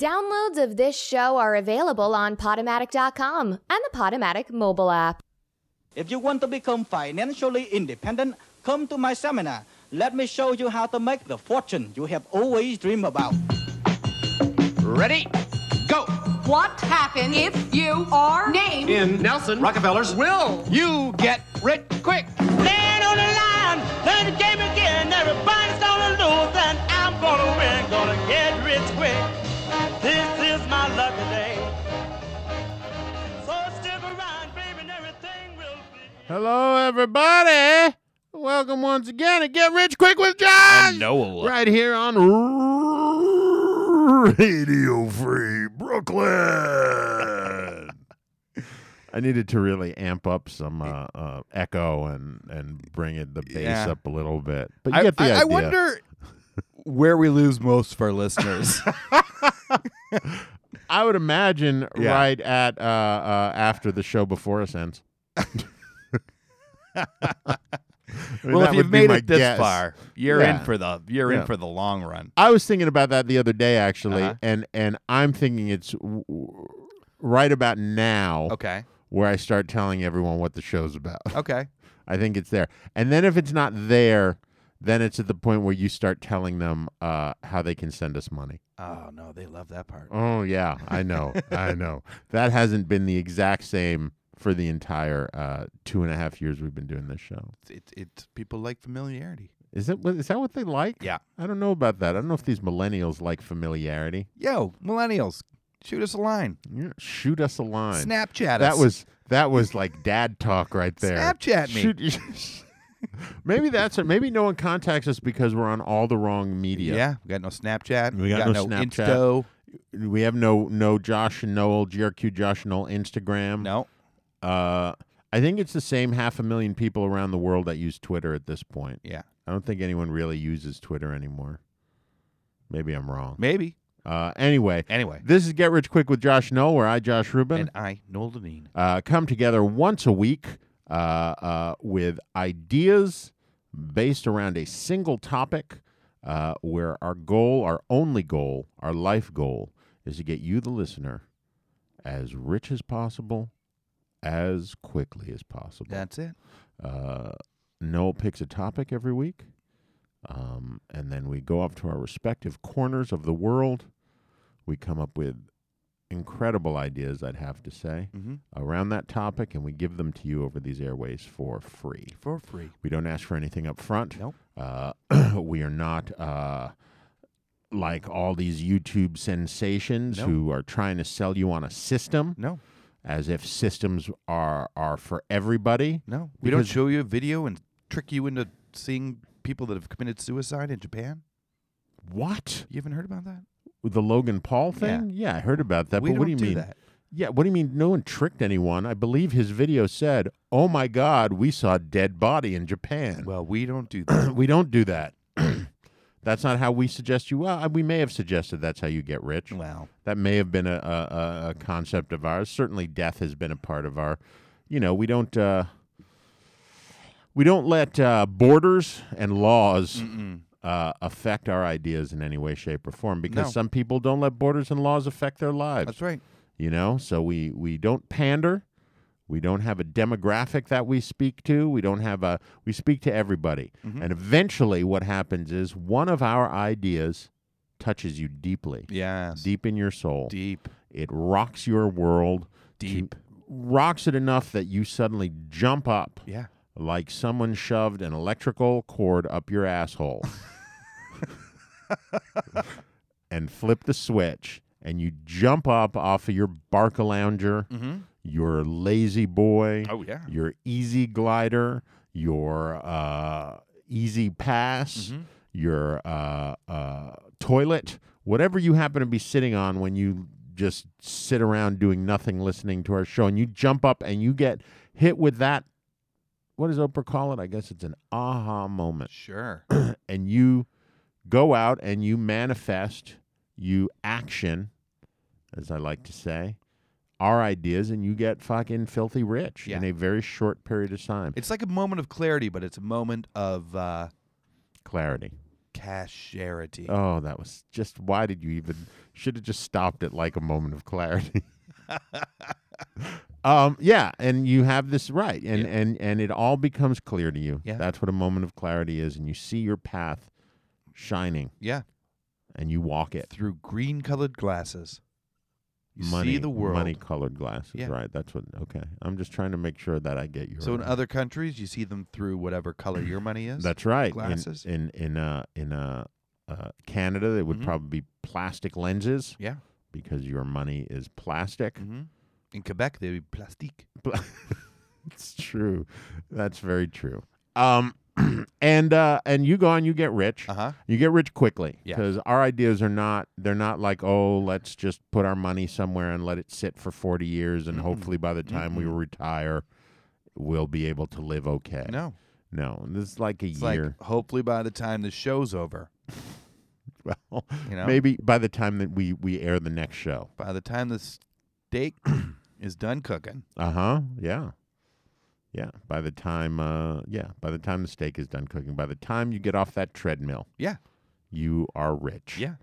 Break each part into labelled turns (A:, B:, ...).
A: Downloads of this show are available on Potomatic.com and the Potomatic mobile app.
B: If you want to become financially independent, come to my seminar. Let me show you how to make the fortune you have always dreamed about.
C: Ready? Go!
D: What happens if you are named
C: In Nelson Rockefeller's will you get rich quick?
E: Stand on the line, play the game again. Everybody's gonna lose, and I'm gonna win. Gonna get rich quick. This is my lucky day. So stick around, baby, and everything will be.
F: Hello, everybody. Welcome once again to Get Rich Quick with Josh.
C: Noah.
F: Right here on Radio Free Brooklyn. I needed to really amp up some uh, uh, echo and, and bring it the bass
G: Yeah.
F: up a little bit. But you
G: I,
F: get the
G: I- I
F: idea.
G: wonder where we lose most of our listeners.
F: I would imagine
G: Yeah.
F: right at uh, uh, after the show before us ends. I mean,
G: well,
F: that
G: if
F: would
G: you've
F: be
G: made
F: my
G: it this
F: guess.
G: far, you're
F: Yeah.
G: in for the you're
F: Yeah.
G: in for the long run.
F: I was thinking about that the other day, actually,
G: Uh-huh.
F: and and I'm thinking it's w- w- right about now
G: Okay. Oh.
F: where I start telling everyone what the show's about.
G: Okay.
F: I think it's there, and then if it's not there, then it's at the point where you start telling them uh, how they can send us money.
G: Oh no, they love that part.
F: Oh yeah, I know, I know. That hasn't been the exact same for the entire uh, two and a half years we've been doing this show.
G: It, it people like familiarity.
F: Is it? Is that what they like?
G: Yeah.
F: I don't know about that. I don't know if these millennials like familiarity.
G: Yo, millennials, shoot us a line.
F: Yeah, Shoot us a line.
G: Snapchat
F: That
G: us.
F: was that was like dad talk right there.
G: Snapchat me.
F: Shoot- maybe that's it. Maybe no one contacts us because we're on all the wrong media.
G: Yeah, we got no Snapchat.
F: We got no Snapchat.
G: Insto.
F: We have no no Josh and Noel GRQ Josh and Noel Instagram.
G: No.
F: Uh, I think it's the same half a million people around the world that use Twitter at this point.
G: Yeah.
F: I don't think anyone really uses Twitter anymore. Maybe I'm wrong.
G: Maybe.
F: Uh, anyway,
G: Anyway.
F: this is Get Rich Quick with Josh Noel, where I, Josh Rubin,
G: And I, Noel Deneen.
F: uh, come together once a week uh, uh, with ideas based around a single topic uh, where our goal, our only goal, our life goal is to get you, the listener, as rich as possible, as quickly as possible.
G: That's it.
F: Uh, Noel picks a topic every week, um, and then we go off to our respective corners of the world. We come up with incredible ideas, I'd have to say,
G: Mhm.
F: around that topic, and we give them to you over these airways for free.
G: For free.
F: We don't ask for anything up front.
G: Nope.
F: Uh, we are not uh, like all these YouTube sensations
G: No.
F: who are trying to sell you on a system,
G: No.
F: as if systems are are for everybody.
G: No. We don't
F: Because-
G: show you a video and trick you into seeing people that have committed suicide in Japan.
F: What?
G: You haven't heard about that?
F: With the Logan Paul thing? Yeah, I heard about that.
G: we
F: Uh, but
G: don't
F: what do you mean?
G: that.
F: Yeah, what do you mean? No one tricked anyone. I believe his video said, "Oh my God, we saw a dead body in Japan."
G: Well, we don't do that.
F: we don't do that. that's not how we suggest you. Well, we may have suggested that's how you get rich.
G: well,
F: That may have been a, a, a- a concept of ours. Certainly, death has been a part of our. You know, we don't. Uh, we don't let uh, borders and laws uh, affect our ideas in any way, shape, or form because
G: No.
F: some people don't let borders and laws affect their lives.
G: that's right.
F: You know, so we we don't pander. We don't have a demographic that we speak to. We don't have a we speak to everybody.
G: Mm-hmm.
F: And eventually what happens is one of our ideas touches you deeply.
G: Yes.
F: Deep in your soul.
G: Deep.
F: It rocks your world. to-
G: Deep.
F: Rocks it enough that you suddenly jump up
G: Yeah.
F: like someone shoved an electrical cord up your asshole and flip the switch and you jump up off of your barca lounger
G: Mm-hmm.
F: your lazy boy
G: Oh, yeah.
F: your easy glider your uh, easy pass your uh, uh, toilet whatever you happen to be sitting on when you just sit around doing nothing listening to our show and you jump up and you get hit with that what does Oprah call it? I guess it's an aha moment.
G: Sure.
F: And you go out and you manifest, you action, as I like to say, our ideas, and you get fucking filthy rich in
G: Yeah.
F: a very short period of time.
G: it's like a moment of clarity, but it's a moment of uh,
F: clarity.
G: Casherity.
F: Oh, that was just why did you even should have just stopped at like a moment of clarity. um yeah, and you have this right and
G: Yeah.
F: and and it all becomes clear to you.
G: Yeah.
F: That's what a moment of clarity is and you see your path shining
G: Yeah,
F: and you walk it.
G: through green-colored glasses, you
F: money
G: see the world.
F: money colored glasses,
G: Yeah.
F: right? That's what okay. I'm just trying to make sure that I get you.
G: So in other countries, you see them through whatever color your money is.
F: That's right. In-
G: glasses.
F: In in uh in uh, uh Canada it would
G: Mhm.
F: probably be plastic lenses
G: yeah.
F: because your money is plastic.
G: hmm In Quebec, they would be plastique.
F: Bla- it's true. That's very true. Um, and uh, and you go on, you get rich.
G: Uh huh.
F: You get rich quickly
G: Yeah.
F: because our ideas are not they're not like oh let's just put our money somewhere and let it sit for forty years and hopefully by the time we retire we'll be able to live okay.
G: No,
F: no, this is like a
G: Uh, it's like
F: year.
G: hopefully by the time the show's over,
F: well,
G: you know?
F: maybe by the time that we we air the next show.
G: by the time the steak is done cooking,
F: Uh huh. Yeah. Yeah. By the time, uh, yeah, by the time the steak is done cooking, by the time you get off that treadmill,
G: yeah,
F: you are rich.
G: yeah,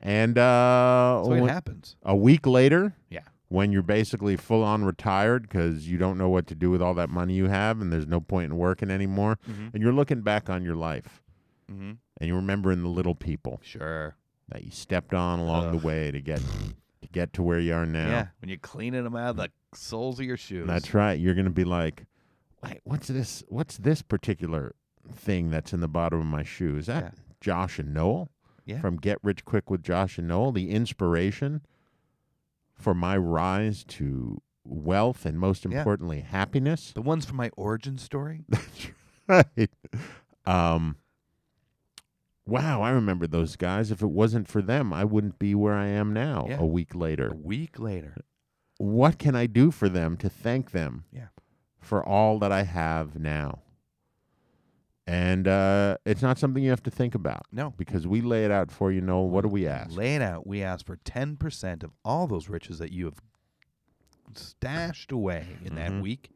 F: And uh,
G: so it
F: when-
G: happens.
F: a week later,
G: Yeah,
F: when you're basically full on retired because you don't know what to do with all that money you have and there's no point in working anymore, and you're looking back on your life
G: Mhm.
F: and you're remembering the little people
G: sure.
F: that you stepped on along the way to get to get to where you are now.
G: Yeah, when you're cleaning them out of the soles of your shoes.
F: That's right. You're going to be like, wait, what's this? What's this particular thing that's in the bottom of my shoe? Is that
G: Yeah.
F: Josh and Noel
G: Yeah.
F: from Get Rich Quick with Josh and Noel? The inspiration for my rise to wealth and most
G: Yeah.
F: importantly happiness.
G: the ones from my origin story.
F: That's right. Um, wow, I remember those guys. If it wasn't for them, I wouldn't be where I am now.
G: Yeah.
F: A week later,
G: A week later.
F: what can I do for them to thank them?
G: Yeah.
F: for all that I have now. And uh, it's not something you have to think about.
G: No.
F: Because we lay it out for you, Noel. What do we ask?
G: Lay it out. We ask for 10% of all those riches that you have stashed away in that week.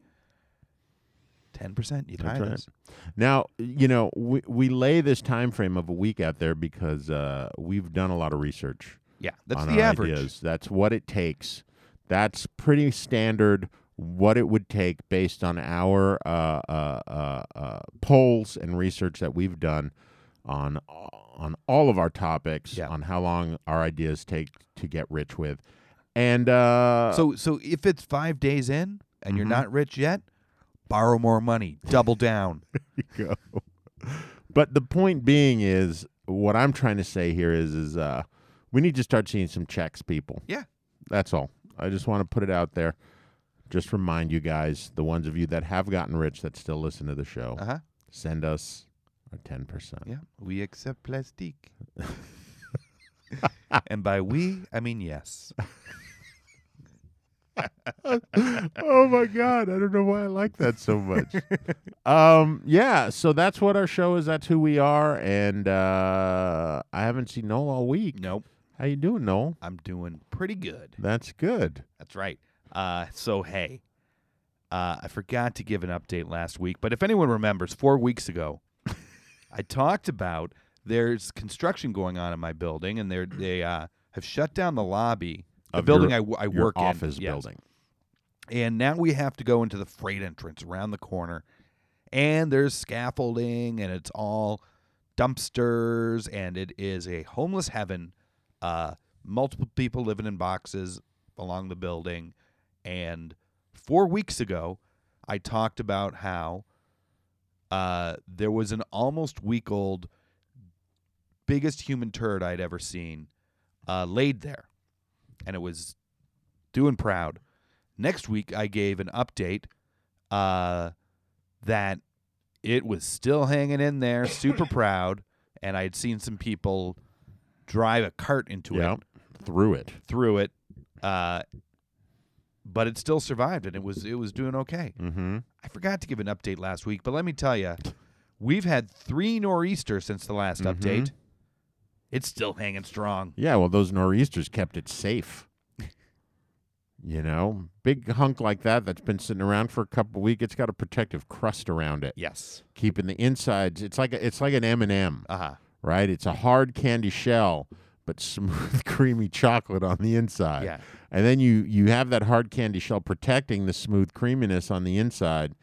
G: 10%, you
F: Mm-hmm. That's
G: tithe
F: right.
G: us.
F: Now, you know, we, we lay this time frame of a week out there because uh, we've done a lot of research.
G: Yeah, that's
F: on
G: the
F: our
G: average.
F: ideas. That's what it takes. That's pretty standard what it would take based on our uh, uh, uh, uh, polls and research that we've done on uh, on all of our topics
G: Yeah.
F: on how long our ideas take to get rich with. And uh,
G: So so if it's 5 days in and
F: Mm-hmm.
G: you're not rich yet, borrow more money, double down.
F: go. But the point being is what I'm trying to say here is is uh, we need to start seeing some checks, people.
G: yeah.
F: That's all. I just want to put it out there. Just remind you guys, the ones of you that have gotten rich that still listen to the show,
G: Uh-huh.
F: send us our ten percent.
G: Yeah. We accept plastique. and by we, I mean yes.
F: Oh my God! I don't know why I like that so much. um, yeah. So that's what our show is. That's who we are. And uh, I haven't seen Noel all week.
G: Nope.
F: How you doing, Noel?
G: I'm doing pretty good.
F: That's good.
G: That's right. Uh, so hey, uh, I forgot to give an update last week, but if anyone remembers, four weeks ago, I talked about there's construction going on in my building, and they they uh, have shut down the lobby, the
F: Of
G: building
F: your-
G: I wo- I
F: Your
G: work
F: office
G: in, yes.
F: building.
G: and now we have to go into the freight entrance around the corner, and there's scaffolding, and it's all dumpsters, and it is a homeless heaven. Uh, multiple people living in boxes along the building, and four weeks ago, I talked about how uh, there was an almost week old, biggest human turd I'd ever seen, uh, laid there, and it was doing proud. Next week, I gave an update uh, that it was still hanging in there, super proud, and I had seen some people drive a cart into
F: Yeah.
G: it
F: Through it.
G: through it, uh, but it still survived, and it was it was doing okay.
F: Mm-hmm.
G: I forgot to give an update last week, but let me tell you, we've had three nor'easter since the last update. It's still hanging strong.
F: Yeah, well, those nor'easters kept it safe. you know, big hunk like that that's been sitting around for a couple weeks, it's got a protective crust around it,
G: Yes.
F: keeping the insides. It's like a, it's like an M and m
G: Uh huh.
F: right? It's a hard candy shell, but smooth, creamy chocolate on the inside.
G: Yeah.
F: And then you you have that hard candy shell protecting the smooth creaminess on the inside,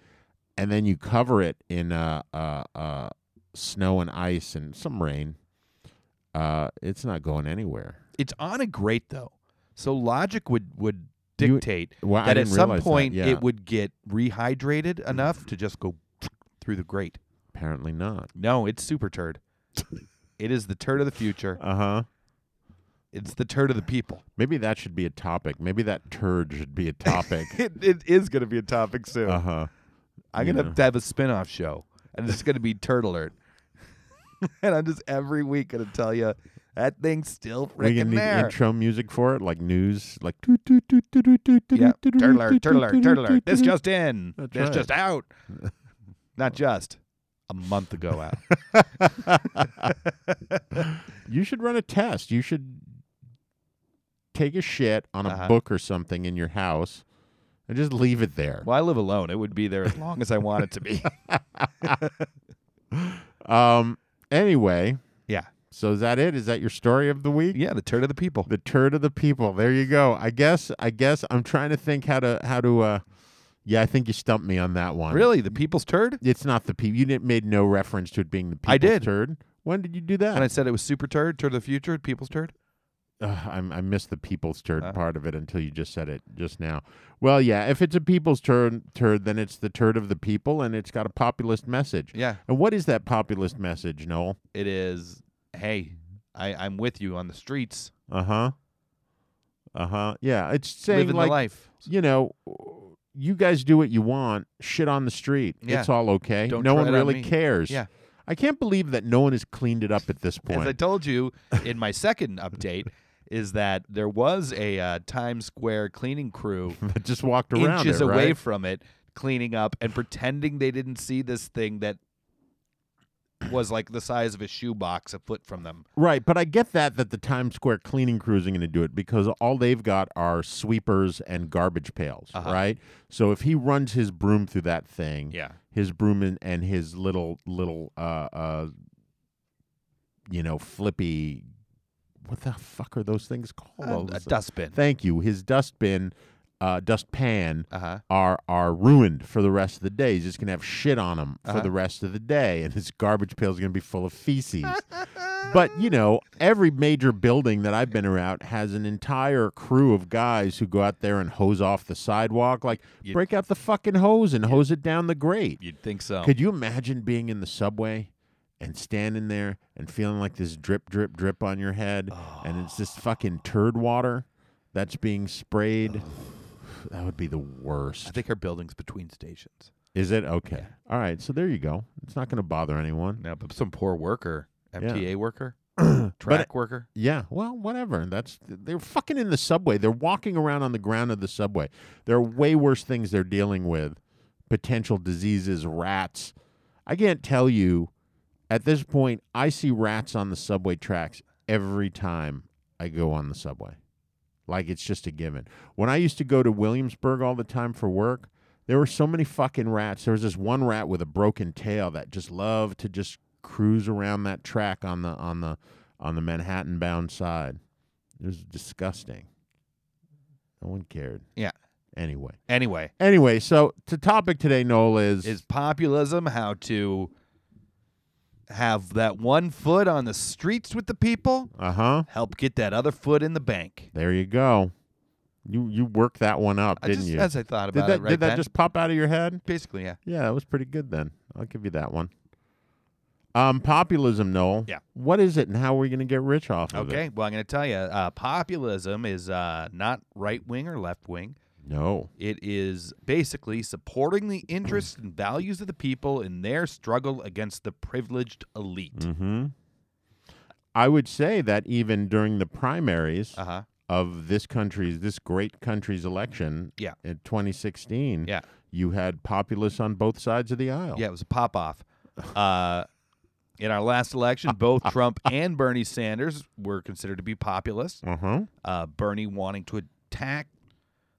F: and then you cover it in uh, uh, uh, snow and ice and some rain. Uh, it's not going anywhere.
G: It's on a grate though, so logic would would
F: You-
G: dictate
F: Well, I
G: that at
F: didn't
G: some
F: realize that,
G: point
F: yeah.
G: it would get rehydrated enough to just go through the grate.
F: Apparently not.
G: No, it's super turd. it is the turd of the future.
F: Uh huh.
G: It's the turd of the people.
F: Maybe that should be a topic. Maybe that turd should be a topic.
G: It, it is going to be a topic soon.
F: uh huh.
G: I'm
F: you
G: going to
F: know.
G: have to have a spin-off show, and it's going to be Turd Alert. and I'm just every week going to tell you that thing's still
F: We
G: freaking
F: can need
G: there.
F: intro music for it, like news, like
G: Yeah,
F: yeah,
G: Turd Alert, Turd Alert, Turd Alert. This just in.
F: That's
G: this
F: right.
G: just out. Not just a month ago out.
F: You should run a test. You should take a shit on a
G: Uh-huh.
F: book or something in your house and just leave it there.
G: well, I live alone. It would be there as long as I want it to be.
F: Um. Anyway,
G: yeah,
F: so is that it? Is that your story of the week?
G: yeah, the turd of the people.
F: The turd of the people. There you go. I guess. I guess I'm trying to think how to how to. uh Yeah, I think you stumped me on that one.
G: Really, the people's turd?
F: It's not the people. You didn't made no reference to it being the people's
G: I did.
F: turd. When did you do that?
G: And I said it was super turd, turd of the future, people's turd.
F: Ugh, I'm, I missed the people's turd
G: Huh?
F: part of it until you just said it just now. Well, yeah, if it's a people's turd, turd, then it's the turd of the people, and it's got a populist message.
G: Yeah,
F: And what is that populist message, Noel?
G: it is. Hey, I, I'm with you on the streets,
F: Uh huh. Uh huh. Yeah, it's saying
G: living
F: like
G: the life.
F: you know, you guys do what you want. Shit on the street.
G: Yeah.
F: It's all okay.
G: Don't
F: no
G: tread
F: one
G: on
F: really
G: me.
F: cares.
G: Yeah.
F: I can't believe that no one has cleaned it up at this point.
G: As I told you in my second update, is that there was a uh, Times Square cleaning crew
F: that just walked around
G: inches
F: it,
G: away
F: right?
G: from it, cleaning up and pretending they didn't see this thing that was like the size of a shoebox a foot from them.
F: Right, but I get that that the Times Square cleaning crews are going to do it because all they've got are sweepers and garbage pails, right? So if he runs his broom through that thing,
G: Yeah.
F: his broom and, and his little little uh uh you know flippy, what the fuck are those things called?
G: a dustbin.
F: Thank you. His dustbin, uh, dust pan
G: Uh-huh.
F: are are ruined for the rest of the day. He's just gonna have shit on him for
G: Uh-huh.
F: the rest of the day, and his garbage pail is gonna be full of feces. but you know, every major building that I've been around has an entire crew of guys who go out there and hose off the sidewalk. Like,
G: You-
F: break out the fucking hose and hose it down the grate.
G: You'd think so.
F: Could you imagine being in the subway and standing there and feeling like this drip, drip, drip on your head, and it's
G: Ah.
F: this fucking turd water that's being sprayed? That would be the
G: I
F: worst.
G: think our building's between stations.
F: Is it okay? All right, so there you go. It's not going to bother anyone.
G: No, but some poor worker, MTA worker, track
F: But-
G: worker.
F: Yeah, well, whatever. That's they're fucking in the subway. They're walking around on the ground of the subway. There are way worse things they're dealing with. Potential diseases, rats. I can't tell you at this point I see rats on the subway tracks every time I go on the subway. Like it's just a given. When I used to go to Williamsburg all the time for work, there were so many fucking rats. There was this one rat with a broken tail that just loved to just cruise around that track on the on the on the Manhattan bound side. It was disgusting. No one cared.
G: Yeah.
F: Anyway.
G: Anyway,
F: Anyway, so the topic today, Noel, is,
G: is populism how to have that one foot on the streets with the people,
F: uh huh.
G: help get that other foot in the bank.
F: There you go. You you worked that one up,
G: I
F: didn't
G: just,
F: you?
G: As I thought about
F: did that
G: it, right
F: did that
G: then.
F: just pop out of your head?
G: basically, yeah.
F: Yeah, that was pretty good then. I'll give you that one. Um, populism, Noel.
G: Yeah.
F: What is it, and how are we going to get rich off of it?
G: Okay, well, I'm going to tell you, uh, populism is uh, not right wing or left wing.
F: No.
G: It is basically supporting the interests and values of the people in their struggle against the privileged elite.
F: Hmm. I would say that even during the primaries
G: Uh huh.
F: of this country's, this great country's election,
G: Yeah.
F: in 2016,
G: Yeah.
F: you had populists on both sides of the aisle.
G: Yeah, it was a pop off. Uh, in our last election, both Trump and Bernie Sanders were considered to be populist.
F: Uh huh.
G: Uh, Bernie wanting to attack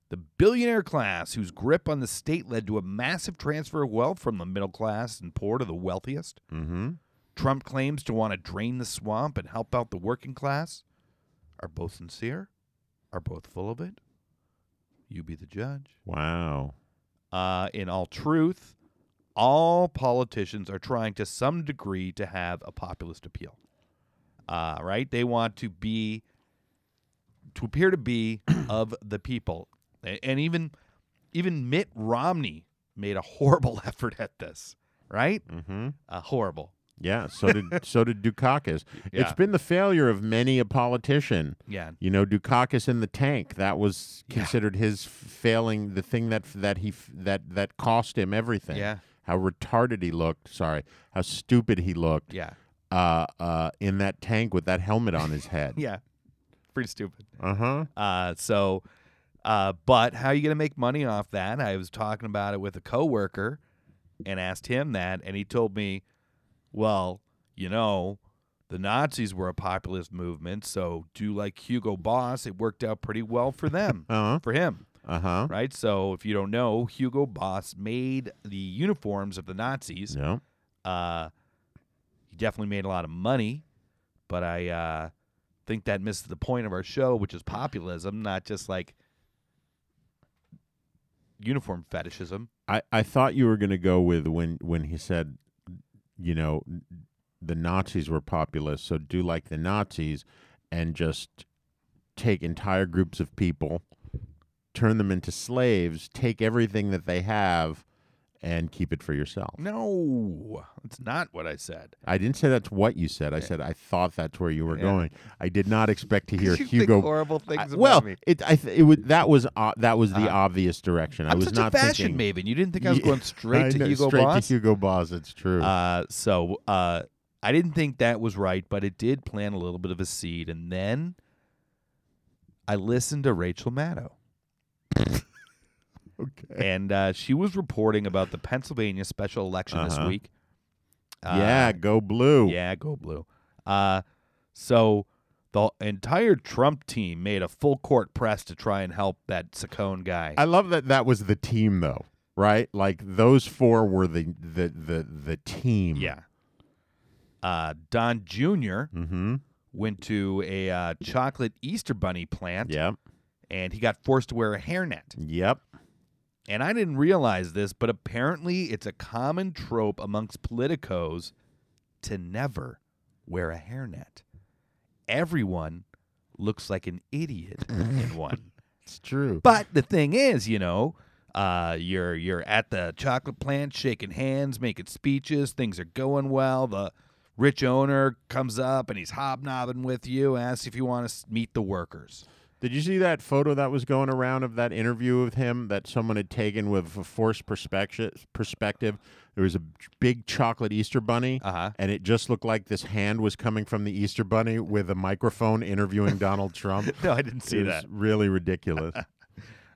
G: the billionaire class, whose grip on the state led to a massive transfer of wealth from the middle class and poor to the wealthiest.
F: Mm hmm.
G: Trump claims to want to drain the swamp and help out the working class are both sincere, are both full of it. You be the judge.
F: Wow.
G: Uh, in all truth, all politicians are trying to some degree to have a populist appeal. Uh, right? They want to be, to appear to be of the people. A- And even, even Mitt Romney made a horrible effort at this, right?
F: Mm-hmm.
G: Uh, horrible.
F: Yeah. So did so did Dukakis. It's
G: Yeah.
F: been the failure of many a politician.
G: Yeah.
F: You know, Dukakis in the tank. That was considered his f- failing. The thing that f- that he f- that that cost him everything.
G: Yeah.
F: How retarded he looked. Sorry. How stupid he looked.
G: Yeah.
F: Uh, uh, in that tank with that helmet on his head.
G: Yeah. Pretty stupid.
F: Uh huh.
G: Uh, so, uh, but how are you going to make money off that? I was talking about it with a coworker and asked him that, and he told me, well, you know, the Nazis were a populist movement, so do like Hugo Boss. It worked out pretty well for them,
F: Uh-huh.
G: for him,
F: Uh huh.
G: right? So, if you don't know, Hugo Boss made the uniforms of the Nazis.
F: Yeah.
G: Uh, he definitely made a lot of money, but I uh, think that misses the point of our show, which is populism, not just like uniform fetishism.
F: I, I thought you were going to go with when when he said, you know, n- the Nazis were populist, so do like the Nazis and just take entire groups of people, turn them into slaves, take everything that they have, and keep it for yourself.
G: No, that's not what I said.
F: I didn't say that's what you said. I said I thought that's where you were
G: Yeah.
F: going. I did not expect to hear
G: You think
F: Hugo.
G: horrible
F: I-
G: things about
F: well,
G: me.
F: it I th- it was that was o that was the
G: Uh-huh.
F: obvious direction. I
G: I'm
F: was
G: such
F: not
G: a fashion
F: thinking.
G: maven. You didn't think I was
F: Yeah,
G: going straight
F: I
G: to
F: know,
G: Hugo
F: straight
G: Boss?
F: to Hugo Boss. It's true.
G: Uh, so uh, I didn't think that was right, but it did plant a little bit of a seed. And then I listened to Rachel Maddow.
F: okay.
G: and uh, she was reporting about the Pennsylvania special election
F: Uh-huh.
G: this week. Uh,
F: yeah, go blue.
G: yeah, go blue. Uh, so the entire Trump team made a full court press to try and help that Saccone guy.
F: I love that that was the team though, right? Like those four were the the the the team.
G: yeah. Uh, Don Jr.
F: Mm-hmm.
G: went to a uh, chocolate Easter bunny plant,
F: Yep.
G: and he got forced to wear a hairnet.
F: Yep.
G: And I didn't realize this, but apparently it's a common trope amongst politicos to never wear a hairnet. Everyone looks like an idiot in one.
F: It's true.
G: But the thing is, you know, uh, you're you're at the chocolate plant, shaking hands, making speeches. Things are going well. The rich owner comes up and he's hobnobbing with you, asks if you want to meet the workers.
F: Did you see that photo that was going around of that interview with him that someone had taken with a forced perspective? Perspective. There was a big chocolate Easter bunny,
G: Uh-huh.
F: and it just looked like this hand was coming from the Easter bunny with a microphone interviewing Donald Trump.
G: No, I didn't see
F: it was
G: that.
F: Really ridiculous.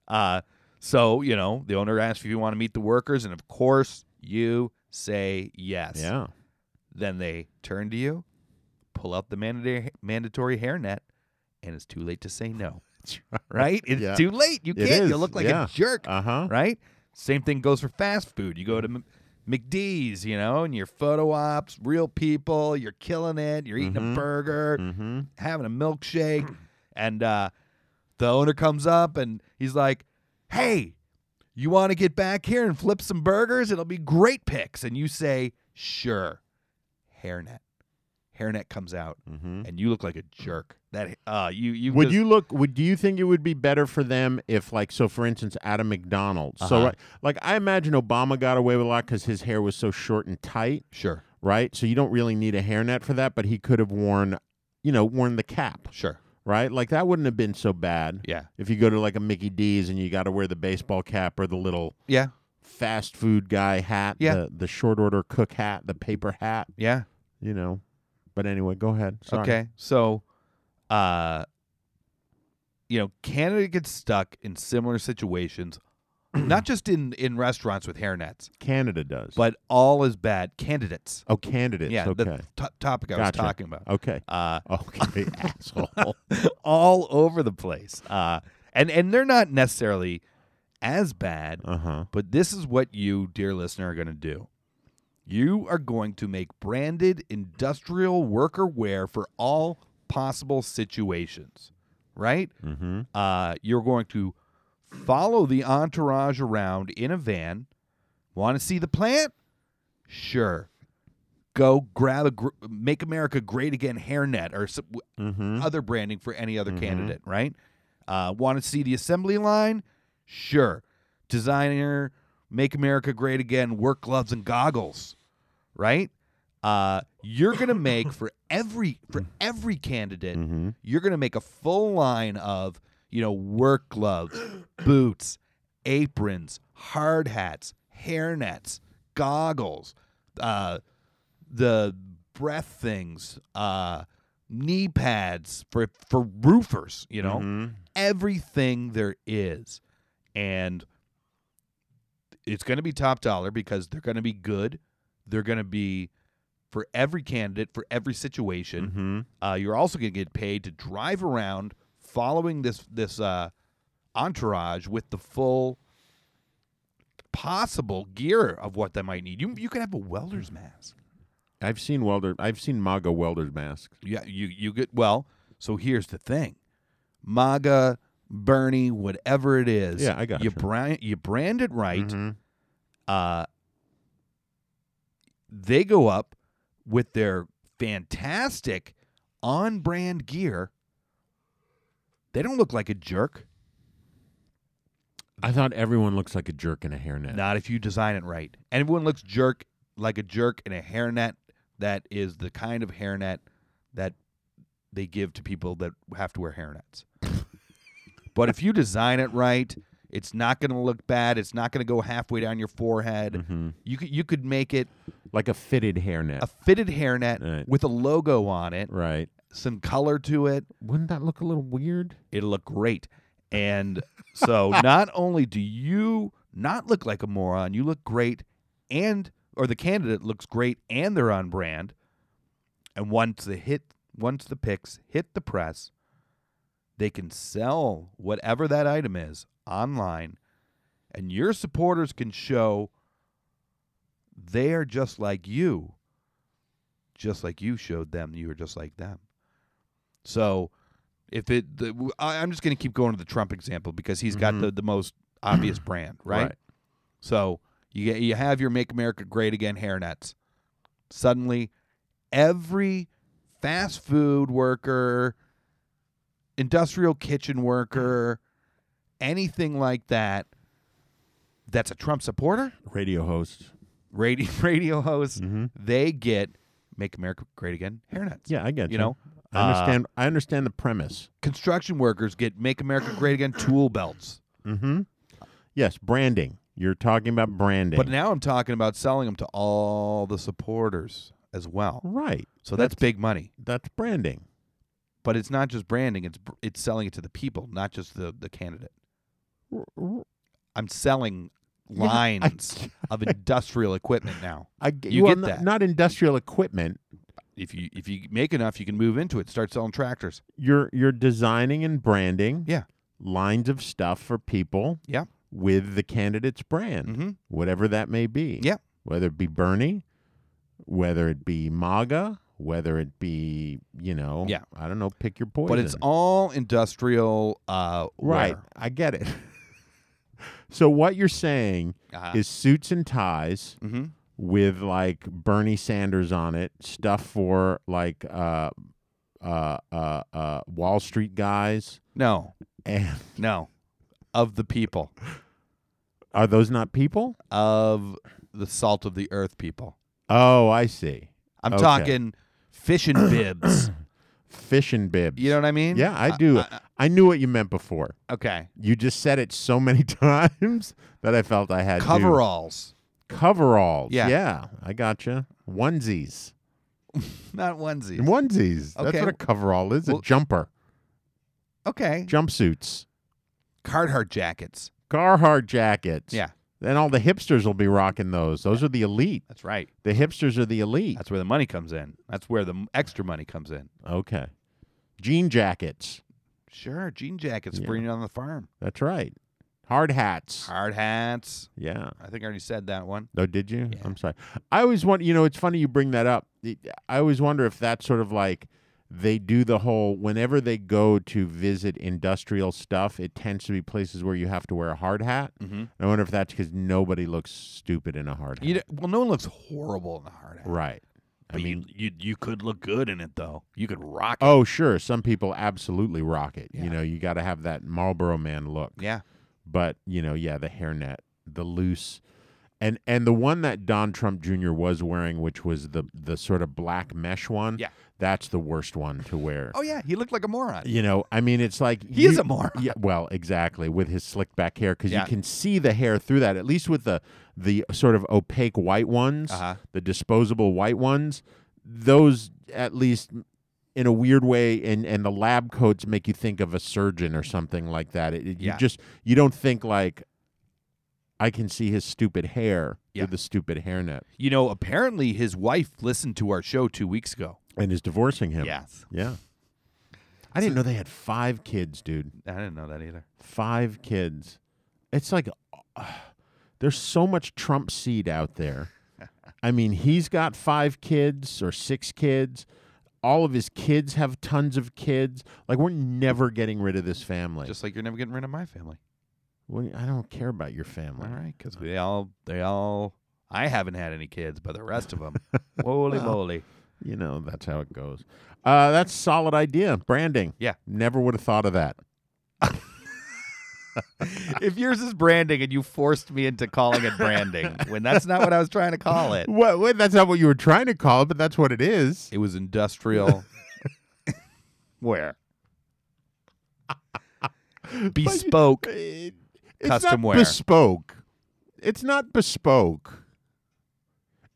G: Uh, so, you know, the owner asks if you want to meet the workers, and of course you say yes.
F: yeah.
G: Then they turn to you, pull out the mandatory, mandatory hairnet, and it's too late to say no. Right? It's
F: Yeah.
G: too late. You
F: It
G: can't.
F: is,
G: You look like
F: yeah.
G: a jerk.
F: Uh-huh.
G: Right? Same thing goes for fast food. You go to M- McD's, you know, and your photo ops, real people, you're killing it. You're eating a burger
F: Mm-hmm.
G: having a milkshake, and uh, the owner comes up and he's like, "Hey, you want to get back here and flip some burgers? It'll be great picks." And you say, "Sure." Hairnet, hairnet comes out,
F: Mm-hmm.
G: and you look like a jerk. That uh, you you
F: Would
G: just-
F: you look? Would do you think it would be better for them if, like, so for instance, at a McDonald's? So,
G: Uh-huh.
F: like, like, I imagine Obama got away with a lot because his hair was so short and tight,
G: sure
F: right? So you don't really need a hairnet for that, but he could have worn, you know, worn the cap,
G: sure
F: right? Like that wouldn't have been so bad.
G: yeah
F: If you go to like a Mickey D's and you got to wear the baseball cap or the little
G: yeah
F: fast food guy hat,
G: Yeah.
F: the, the short order cook hat, the paper hat,
G: yeah
F: you know. But anyway, go ahead. Sorry.
G: Okay. So, uh, you know, Canada gets stuck in similar situations, not just in in restaurants with hairnets,
F: Canada does.
G: but all as bad candidates.
F: oh, candidates.
G: yeah,
F: okay.
G: the to- topic I
F: Gotcha.
G: was talking about.
F: Okay.
G: Uh,
F: Okay, asshole.
G: all over the place. Uh, and and they're not necessarily as bad,
F: Uh huh.
G: but this is what you, dear listener, are going to do. You are going to make branded industrial worker wear for all possible situations, right? Mm-hmm. Uh, you're going to follow the entourage around in a van. Want to see the plant? Sure. Go grab a gr- Make America Great Again hairnet or some, other branding for any other candidate, right? Uh, Want to see the assembly line? Sure. Designer, Make America Great Again work gloves and goggles, right? Uh, you're gonna make for every for every candidate,
F: Mm-hmm.
G: you're gonna make a full line of you know work gloves, boots, aprons, hard hats, hairnets, goggles, uh, the breath things, uh, knee pads for for roofers, you
F: Mm-hmm.
G: know, everything there is, and it's going to be top dollar because they're going to be good. They're going to be for every candidate for every situation. Uh, you're also going to get paid to drive around following this this uh, entourage with the full possible gear of what they might need. You you could have a welder's mask.
F: I've seen welder. I've seen MAGA welder masks.
G: Yeah, you you get well. So here's the thing, MAGA, Bernie, whatever it is.
F: Yeah, I Mm-hmm. got
G: you.
F: you.
G: Brand you brand it right. Uh, they go up with their fantastic on-brand gear. They don't look like a jerk.
F: I thought everyone looks like a jerk in a hairnet.
G: Not if you design it right. And everyone looks jerk like a jerk in a hairnet. That is the kind of hairnet that they give to people that have to wear hairnets. but if you design it right, it's not going to look bad. It's not going to go halfway down your forehead.
F: Mm-hmm.
G: You could you could make it
F: Like a fitted hairnet.
G: a fitted hairnet
F: Right.
G: with a logo on it,
F: right.
G: some color to it.
F: Wouldn't that look a little weird?
G: It'll look great. And so not only do you not look like a moron, you look great and or the candidate looks great and they're on brand. And once the hit once the picks hit the press, they can sell whatever that item is online and your supporters can show they are just like you. Just like you showed them you were just like them. So if it, the, w- I, am just going to keep going to the Trump example because he's got the, the most obvious brand, right?
F: Right.
G: So you get, you have your "Make America Great Again" hairnets. Suddenly, every fast food worker, industrial kitchen worker, anything like that, that's a Trump supporter,
F: Radio host.
G: radio radio host, they get "Make America Great Again" hairnets.
F: Mm-hmm. Yeah, I get you.
G: You know,
F: I
G: Uh,
F: understand. I understand the premise.
G: construction workers get "Make America Great Again" tool belts.
F: Yes, branding. You're talking about branding.
G: But now I'm talking about selling them to all the supporters as well.
F: right.
G: So that's, big money.
F: That's branding.
G: But it's not just branding; it's br- it's selling it to the people, not just the the candidate. I'm selling lines of industrial equipment now.
F: I g-
G: you
F: well,
G: get
F: n-
G: that
F: Not industrial equipment.
G: if you if you make enough, you can move into it. Start selling tractors.
F: You're you're designing and branding
G: Yeah,
F: lines of stuff for people
G: yeah, Mm-hmm.
F: with the candidate's brand, whatever that may be.
G: Yeah.
F: Whether it be Bernie, whether it be MAGA, whether it be you know.
G: Yeah.
F: I don't know. Pick your poison.
G: but it's all industrial. Uh,
F: Right.
G: wear.
F: I get it. so what you're saying
G: Uh-huh.
F: is suits and ties
G: Mm-hmm.
F: with like Bernie Sanders on it, stuff for like uh uh uh, uh Wall Street guys
G: No,
F: and
G: no, of the people,
F: are those not people?
G: of the salt of the earth people.
F: Oh, I see.
G: I'm
F: Okay.
G: talking fishing bibs.
F: Fishing bibs.
G: You know what I mean? Uh,
F: Yeah, I do. I, knew what you meant before.
G: Okay.
F: You just said it so many times that I felt I had to-
G: Coveralls,
F: Coveralls.
G: Yeah.
F: yeah, I gotcha. Onesies.
G: not onesies.
F: Onesies. That's
G: Okay.
F: what a coverall is.
G: Well-
F: a jumper.
G: Okay.
F: Jumpsuits.
G: Carhartt jackets.
F: Carhartt jackets.
G: Yeah.
F: Then all the hipsters will be rocking those. Those are the elite.
G: That's right.
F: The hipsters are the elite.
G: That's where the money comes in. That's where the m- extra money comes in.
F: okay. Jean jackets.
G: Sure, jean jackets for you on the farm.
F: That's right. Hard hats.
G: Hard hats.
F: Yeah.
G: I think I already said that one.
F: Oh, did you? I'm sorry. I always want, you know, it's funny you bring that up. It- I always wonder if that's sort of like they do the whole whenever they go to visit industrial stuff, it tends to be places where you have to wear a hard hat. Mm-hmm. I wonder if that's because nobody looks stupid in a hard hat.
G: You d well, no one looks horrible in a hard hat.
F: right.
G: I mean, you, you could look good in it though. You could rock. it.
F: Oh, sure. Some people absolutely rock it. You know, you got to have that Marlboro man look.
G: Yeah.
F: but you know, yeah, the hairnet, the loose, and and the one that Don Trump Jr. was wearing, which was the the sort of black mesh one.
G: Yeah.
F: that's the worst one to wear.
G: Oh yeah, he looked like a moron.
F: You know, I mean, it's like
G: He
F: you-
G: is a moron.
F: Yeah, well, exactly with his slicked back hair because
G: Yeah.
F: you can see the hair through that. At least with the the sort of opaque white ones,
G: Uh-huh.
F: the disposable white ones, those at least in a weird way, and and the lab coats make you think of a surgeon or something like that. It, it-
G: Yeah.
F: You just you don't think like I can see his stupid hair
G: Yeah.
F: with the stupid hairnet,
G: You know, apparently his wife listened to our show two weeks ago.
F: and is divorcing him.
G: Yes.
F: yeah. I didn't know they had five kids, dude.
G: I didn't know that either.
F: five kids. It's like uh, there's so much Trump seed out there. I mean, he's got five kids or six kids. All of his kids have tons of kids. Like we're never getting rid of this family.
G: Just like you're never getting rid of my family.
F: What- I don't care about your family.
G: All right, because they all they all. I haven't had any kids, but the rest of them, holy moly!
F: You know that's how it goes. Uh, that's a solid idea. Branding.
G: Yeah.
F: Never would have thought of that.
G: if yours is branding and you forced me into calling it branding when that's not what I was trying to call it,
F: Well, wait, that's not what you were trying to call it, but that's what it is.
G: it was industrial. Where? Bespoke.
F: uh, It-
G: Custom
F: not
G: wear.
F: bespoke. It's not bespoke.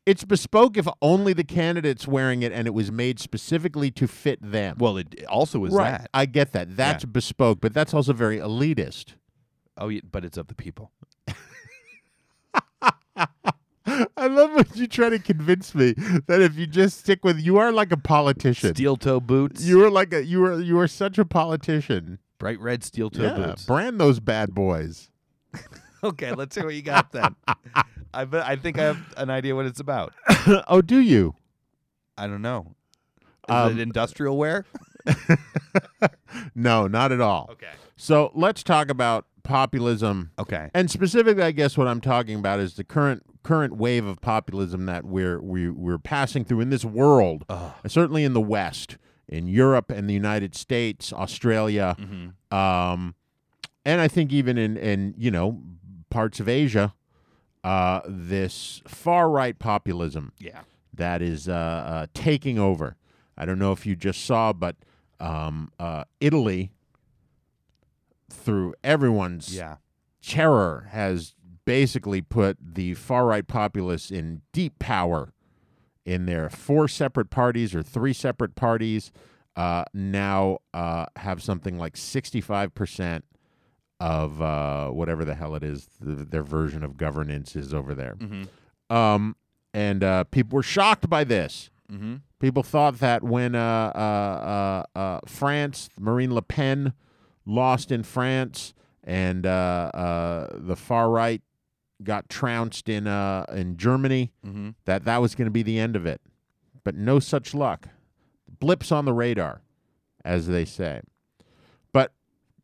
F: It's bespoke if only the candidate's wearing it and it was made specifically to fit them.
G: Well, it also was
F: right.
G: that.
F: I get that. That's bespoke, but that's also very elitist.
G: Oh, yeah, but it's of the people.
F: I love when you try to convince me that if you just stick with you are like a politician.
G: Steel toe boots.
F: you are like a you are you are such a politician.
G: bright red steel toe
F: Yeah,
G: boots.
F: brand those bad boys.
G: okay, let's hear what you got then. I bet, I think I have an idea what it's about.
F: oh, do you?
G: I don't know. Is
F: Um,
G: it industrial wear?
F: No, not at all.
G: Okay.
F: So, let's talk about populism
G: Okay.
F: And specifically, I guess what I'm talking about is the current current wave of populism that we're we, we're passing through in this world, and certainly in the West, in Europe and the United States, Australia, um, and I think even in in you know parts of Asia, uh, this far right populism
G: Yeah.
F: that is uh, uh, taking over. I don't know if you just saw, but um, uh, Italy, through everyone's
G: Yeah.
F: terror has basically put the far right populists in deep power in their four separate parties or three separate parties uh, now uh, have something like 65% of uh, whatever the hell it is th- their version of governance is over there um, and uh, people were shocked by this
G: Mm-hmm.
F: People thought that when uh, uh, uh, uh, France, Marine Le Pen, lost in France, and uh, uh, the far right got trounced in uh, in Germany,
G: Mhm.
F: that that was going to be the end of it. But no such luck. Blips on the radar, as they say. But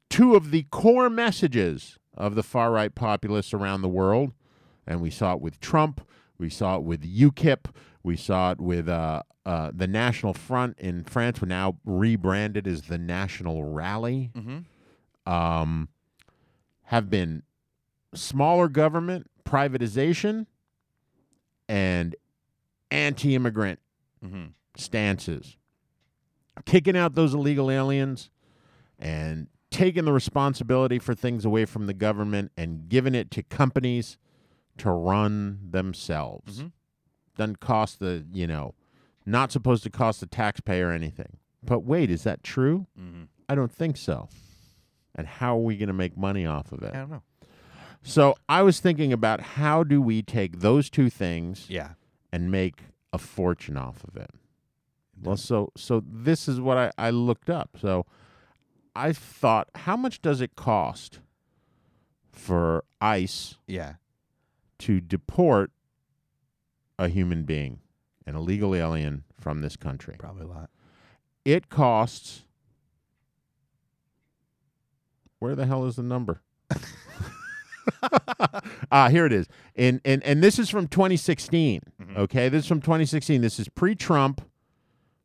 F: two of the core messages of the far right populists around the world, and we saw it with Trump, we saw it with UKIP, we saw it with uh, uh, the National Front in France, were now rebranded as the National Rally. Um, have been smaller government, privatization, and anti-immigrant
G: Mhm.
F: stances, kicking out those illegal aliens and taking the responsibility for things away from the government and giving it to companies to run themselves. Doesn't cost the, you know, not supposed to cost the taxpayer anything. But wait, is that true? I don't think so. And how are we going to make money off of it?
G: I don't know.
F: So I was thinking about how do we take those two things
G: Yeah.
F: and make a fortune off of it. Well, so so this is what I, I looked up. So I thought, how much does it cost for ICE
G: Yeah.
F: to deport a human being, an illegal alien from this country.
G: Probably a lot.
F: It costs. Where the hell is the number? ah, here it is. And and and this is from 2016. Okay, this is from 2016. This is pre-Trump.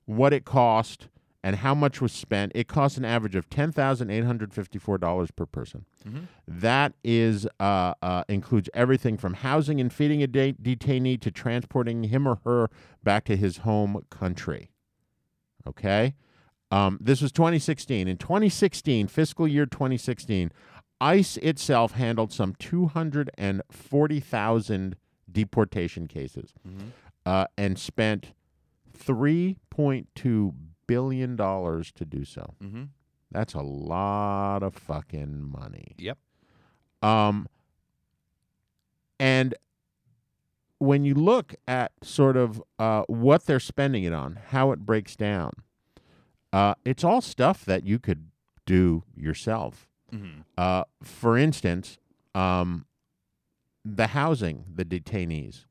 F: What it cost and how much was spent? It cost an average of ten thousand eight hundred fifty-four dollars per person. That is uh, uh, includes everything from housing and feeding a de- detainee to transporting him or her back to his home country. Okay. Um, this was 2016. In 2016, fiscal year 2016, ICE itself handled some 240,000 deportation cases uh, and spent $3.2 billion dollars to do so.
G: Mhm.
F: That's a lot of fucking money.
G: Yep.
F: Um, and when you look at sort of uh, what they're spending it on, how it breaks down, uh, it's all stuff that you could do yourself.
G: Mm-hmm.
F: Uh, for instance, um, the housing, the detainees.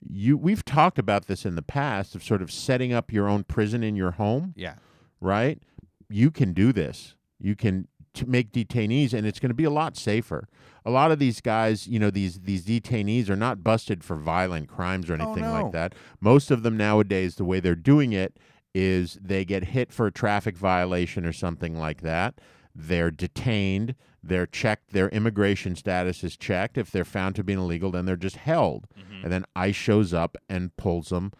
F: You, we've talked about this in the past of sort of setting up your own prison in your home
G: Yeah.
F: right? You can do this. You can t- make detainees, and it's going to be a lot safer. A lot of these guys, you know, these these detainees are not busted for violent crimes or anything
G: no.
F: like that. Most of them nowadays, the way they're doing it is they get hit for a traffic violation or something like that. They're detained. They're checked. Their immigration status is checked. If they're found to be illegal, then they're just held, and then ICE shows up and pulls them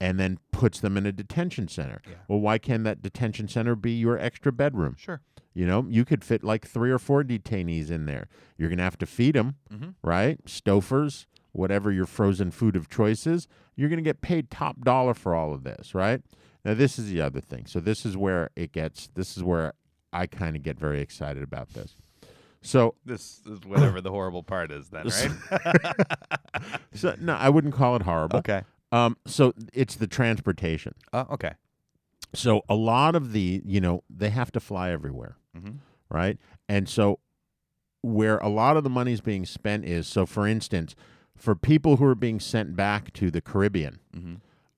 F: and then puts them in a detention center. Well, why can't that detention center be your extra bedroom?
G: Sure.
F: You know, you could fit like three or four detainees in there. You're going to have to feed them, right? Stofers, whatever your frozen food of choice is. You're going to get paid top dollar for all of this, right? Now, this is the other thing. So, this is where it gets, this is where I kind of get very excited about this. So,
G: This is whatever the horrible part is then, right?
F: so no, I wouldn't call it horrible.
G: okay.
F: Um, so, it's the transportation.
G: Uh, okay.
F: So a lot of the, you know, they have to fly everywhere,
G: Mm-hmm.
F: right? And so where a lot of the money is being spent is so, for instance, for people who are being sent back to the Caribbean,
G: Mm-hmm.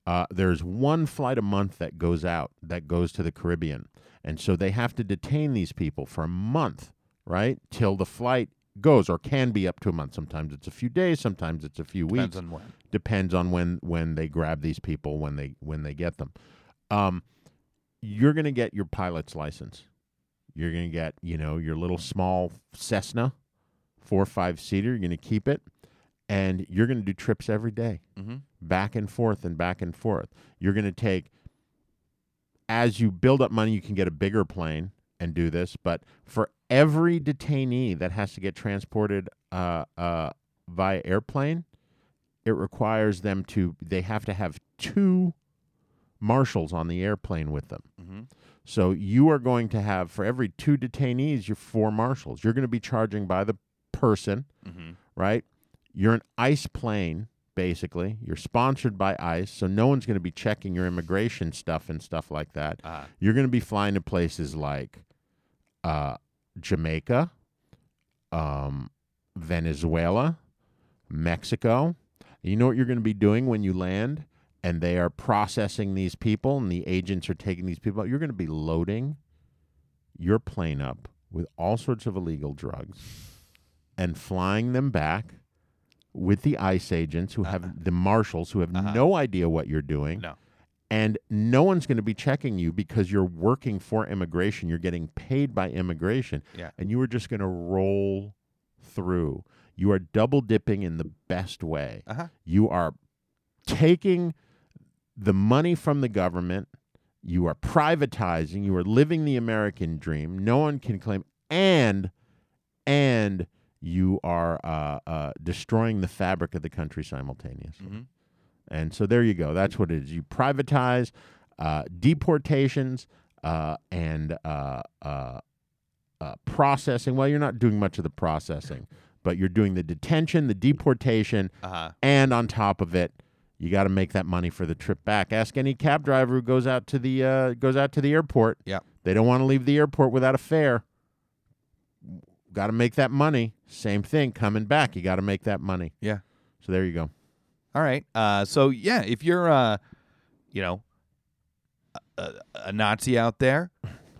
F: uh, there's one flight a month that goes out that goes to the Caribbean, and so they have to detain these people for a month, right, till the flight goes or can be up to a month. Sometimes it's a few days, sometimes it's a few
G: Depends
F: weeks
G: on when.
F: depends on when when they grab these people when they when they get them. Um, you're gonna get your pilot's license. You're gonna get you know your little small Cessna, four or five seater. You're gonna keep it, and you're gonna do trips every day, back and forth and back and forth. You're gonna take as you build up money, you can get a bigger plane and do this. But for every detainee that has to get transported uh, uh, via airplane, it requires them to they have to have two marshals on the airplane with them. So you are going to have for every two detainees, you're four marshals. You're going to be charging by the person, right? You're an ICE plane basically. You're sponsored by ICE, so no one's going to be checking your immigration stuff and stuff like that. You're going to be flying to places like uh, Jamaica, um, Venezuela, Mexico. You know what you're going to be doing when you land? And they are processing these people, and the agents are taking these people out. You're going to be loading your plane up with all sorts of illegal drugs and flying them back with the ICE agents who have the marshals who have no idea what you're doing.
G: No.
F: And no one's going to be checking you because you're working for immigration. You're getting paid by immigration.
G: Yeah.
F: And you are just going to roll through. You are double dipping in the best way.
G: Uh-huh.
F: You are taking the money from the government, you are privatizing, you are living the American dream. No one can claim, and and you are uh, uh, destroying the fabric of the country simultaneously. And so there you go. That's what it is. You privatize, uh, deportations, uh, and uh, uh, uh, processing. Well, you're not doing much of the processing, but you're doing the detention, the deportation,
G: Uh-huh.
F: and on top of it, you got to make that money for the trip back. Ask any cab driver who goes out to the uh, goes out to the airport.
G: Yeah.
F: They don't want to leave the airport without a fare. got to make that money. Same thing coming back. You got to make that money.
G: Yeah.
F: So there you go.
G: All right. Uh, so yeah, if you're, uh, you know, a, a, a Nazi out there,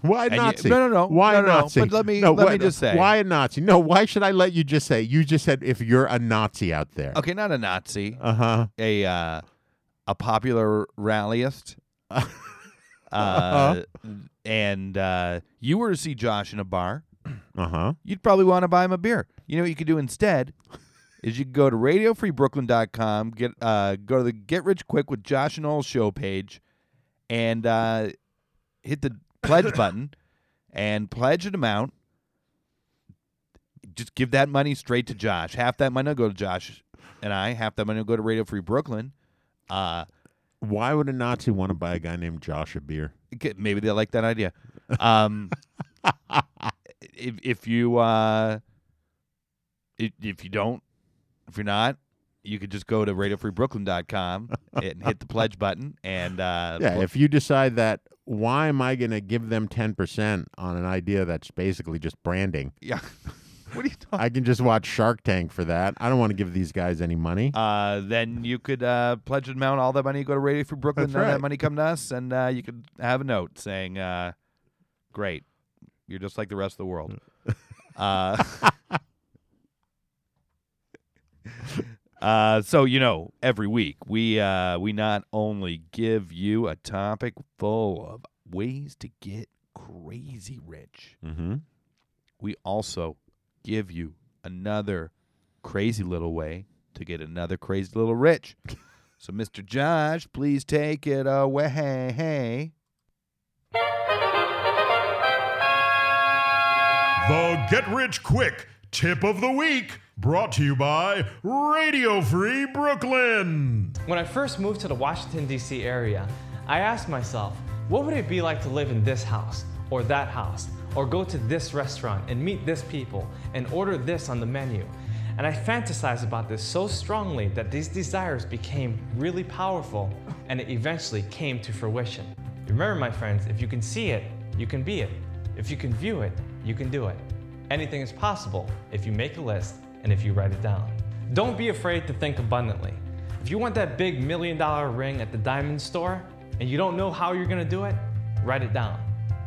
F: Why
G: And you-
F: Nazi?
G: no, no, no.
F: Why
G: No, no, no.
F: Nazi?
G: But let me- let
F: why-
G: me just say.
F: why a Nazi? No, why should I let you just say? You just said if you're a Nazi out there.
G: okay, not a Nazi,
F: Uh huh.
G: a uh, a popular rallyist, uh,
F: Uh-huh.
G: and uh, you were to see Josh in a bar,
F: Uh huh.
G: you'd probably want to buy him a beer. You know what you could do instead is you could go to radiofreebrooklyn.com, get uh, go to the Get Rich Quick with Josh and Noel show page, and uh, hit the pledge button and pledge an amount. Just give that money straight to Josh. Half that money will go to Josh and I. Half that money will go to Radio Free Brooklyn. Uh,
F: Why would a Nazi want to buy a guy named Josh a beer?
G: Okay, maybe they like that idea. Um, if if you uh, if, if you don't, if you're not, you could just go to radiofreebrooklyn.com and hit the pledge button. And uh,
F: Yeah.
G: pl-
F: If you decide that, why am I going to give them ten percent on an idea that's basically just branding?
G: yeah. what are you talking?
F: I can just watch Shark Tank for that. I don't want to give these guys any money.
G: Uh, then you could uh, pledge an amount. All that money go to Radio Free Brooklyn.
F: That's
G: none of that
F: right.
G: money come to us, and uh, you could have a note saying, uh, "Great, you're just like the rest of the world." uh, uh, so you know, every week we uh, we not only give you a topic full of ways to get crazy rich,
F: mm-hmm.
G: we also give you another crazy little way to get another crazy little rich. so, Mr. Josh, please take it away.
H: The Get Rich Quick Tip of the Week, brought to you by Radio Free Brooklyn.
I: When I first moved to the Washington, D.C. area, I asked myself, what would it be like to live in this house, or that house, or go to this restaurant and meet this people and order this on the menu? And I fantasized about this so strongly that these desires became really powerful and it eventually came to fruition. Remember, my friends, if you can see it, you can be it. If you can view it, you can do it. Anything is possible if you make a list and if you write it down. Don't be afraid to think abundantly. If you want that big million dollar ring at the diamond store and you don't know how you're gonna do it, write it down.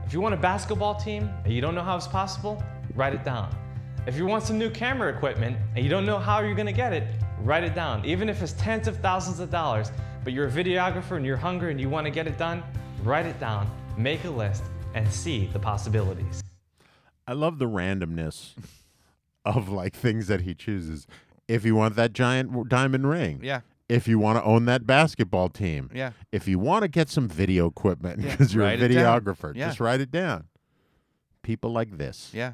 I: If you want a basketball team and you don't know how it's possible, write it down. If you want some new camera equipment and you don't know how you're gonna get it, write it down. Even if it's tens of thousands of dollars, but you're a videographer and you're hungry and you wanna get it done, write it down, make a list, and see the possibilities.
F: I love the randomness of like things that he chooses. If you want that giant w- diamond ring,
G: Yeah.
F: If you want to own that basketball team,
G: Yeah.
F: If you want to get some video equipment because you're
G: Write
F: a
G: it down.
F: videographer,
G: Yeah.
F: just write it down. People like this,
G: Yeah,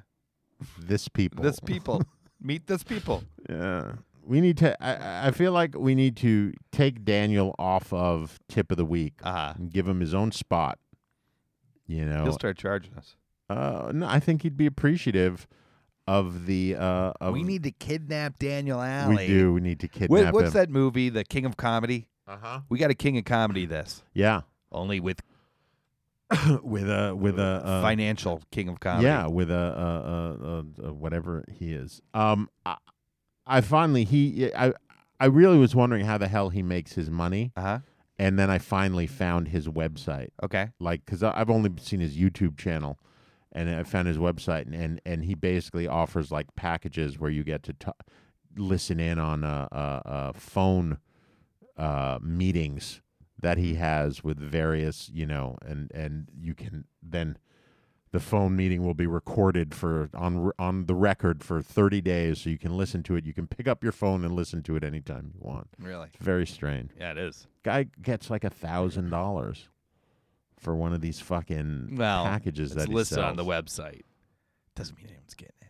F: this people,
G: this people. Meet this people.
F: Yeah. We need to. I- I, I feel like we need to take Daniel off of tip of the week
G: Uh-huh.
F: and give him his own spot. You know,
G: He'll start charging us.
F: uh, no, I think he'd be appreciative of the. Uh, of
G: we need to kidnap Daniel Alley.
F: We do. We need to
G: Wha-
F: kidnap
G: what's
F: him.
G: that movie, The King of Comedy?
F: Uh huh.
G: We got a King of Comedy this,
F: Yeah.
G: only with
F: with a with a uh,
G: financial King of Comedy.
F: yeah with a uh, uh, uh, uh, whatever he is. Um, I, I finally he I I really was wondering how the hell he makes his money,
G: Uh huh.
F: and then I finally found his website.
G: Okay.
F: like because I've only seen his YouTube channel, and I found his website, and and, and he basically offers like packages where you get to t- listen in on uh, uh, uh, phone uh, meetings that he has with various, you know, and and you can then the phone meeting will be recorded for on r- on the record for 30 days so you can listen to it you can pick up your phone and listen to it anytime you want
G: Really?
F: it's very strange
G: Yeah, it is.
F: guy gets like a thousand dollars for one of these fucking
G: Well,
F: packages
G: it's
F: that he
G: listed on
F: sells.
G: the website. Doesn't mean anyone's getting it.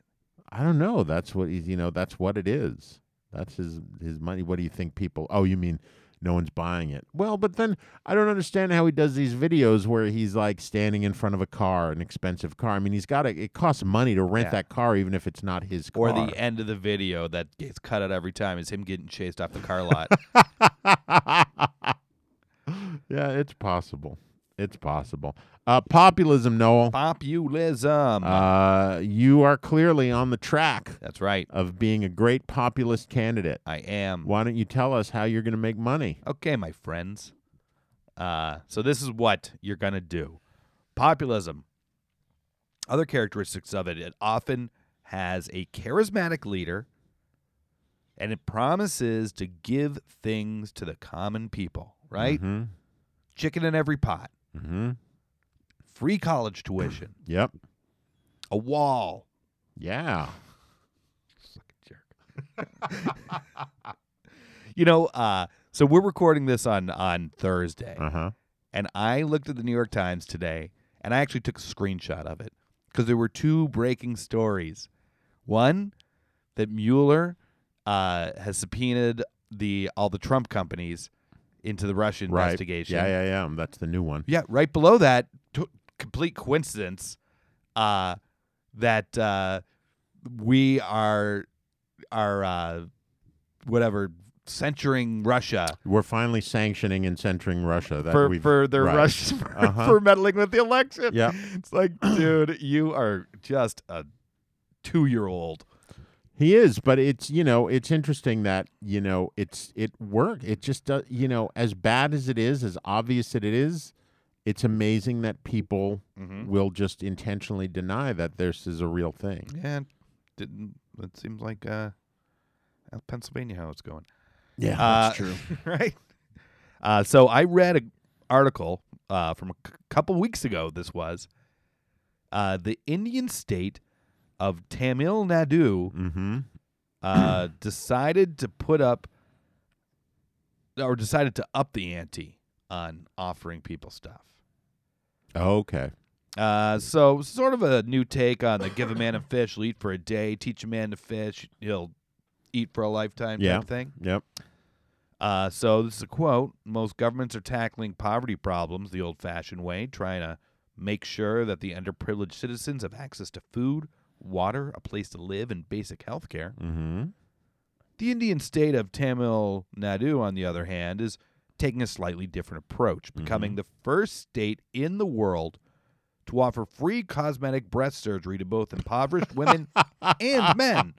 F: I don't know. That's what he's, you know. That's what it is. That's his his money. What do you think people? Oh, you mean no one's buying it? Well, but then I don't understand how he does these videos where he's like standing in front of a car, an expensive car. I mean, he's got to. It costs money to rent
G: Yeah.
F: that car, even if it's not his car.
G: Or the end of the video that gets cut out every time is him getting chased off the car lot.
F: yeah, it's possible. It's possible. Uh, populism, Noel.
G: Populism.
F: Uh, you are clearly on the track
G: That's right.
F: of being a great populist candidate.
G: I am.
F: Why don't you tell us how you're going to make money?
G: Okay, my friends. Uh, so this is what you're gonna do. Populism. Other characteristics of it: it often has a charismatic leader, and it promises to give things to the common people. Right?
F: Mhm.
G: Chicken in every pot.
F: Mm-hmm.
G: Free college tuition.
F: Yep.
G: a wall.
F: Yeah.
G: You know. Uh, so we're recording this on on Thursday.
F: Uh huh.
G: and I looked at the New York Times today, and I actually took a screenshot of it because there were two breaking stories. One, that Mueller uh, has subpoenaed the all the Trump companies into the Russian
F: Right.
G: investigation.
F: Yeah, yeah, yeah. That's the new one.
G: Yeah, right below that, t- complete coincidence uh, that uh, we are are uh, whatever censuring Russia
F: We're finally sanctioning and censoring Russia. That
G: for
F: we've,
G: for their
F: right.
G: rush for,
F: Uh-huh.
G: for meddling with the election.
F: Yeah.
G: it's like, dude, you are just a two year old.
F: He is, but it's you know it's interesting that you know it's it work. It just does you know as bad as it is, as obvious as it is, it's amazing that people
G: Mm-hmm.
F: will just intentionally deny that this is a real thing.
G: Yeah, didn't it seems like uh, Pennsylvania how it's going.
F: Yeah,
G: that's true, Uh, right? Uh, so I read an article uh, from a c- couple weeks ago. This was uh, the Indian state of Tamil Nadu
F: Mm-hmm.
G: uh, decided to put up or decided to up the ante on offering people stuff.
F: Okay.
G: Uh, so sort of a new take on the give a man a fish, he'll eat for a day, teach a man to fish, he'll eat for a lifetime
F: Yeah.
G: type thing.
F: Yep.
G: Uh, so this is a quote. Most governments are tackling poverty problems the old fashioned way, trying to make sure that the underprivileged citizens have access to food, water, a place to live, and basic health care.
F: Mm-hmm.
G: The Indian state of Tamil Nadu, on the other hand, is taking a slightly different approach,
F: Mm-hmm.
G: becoming the first state in the world to offer free cosmetic breast surgery to both impoverished women and men.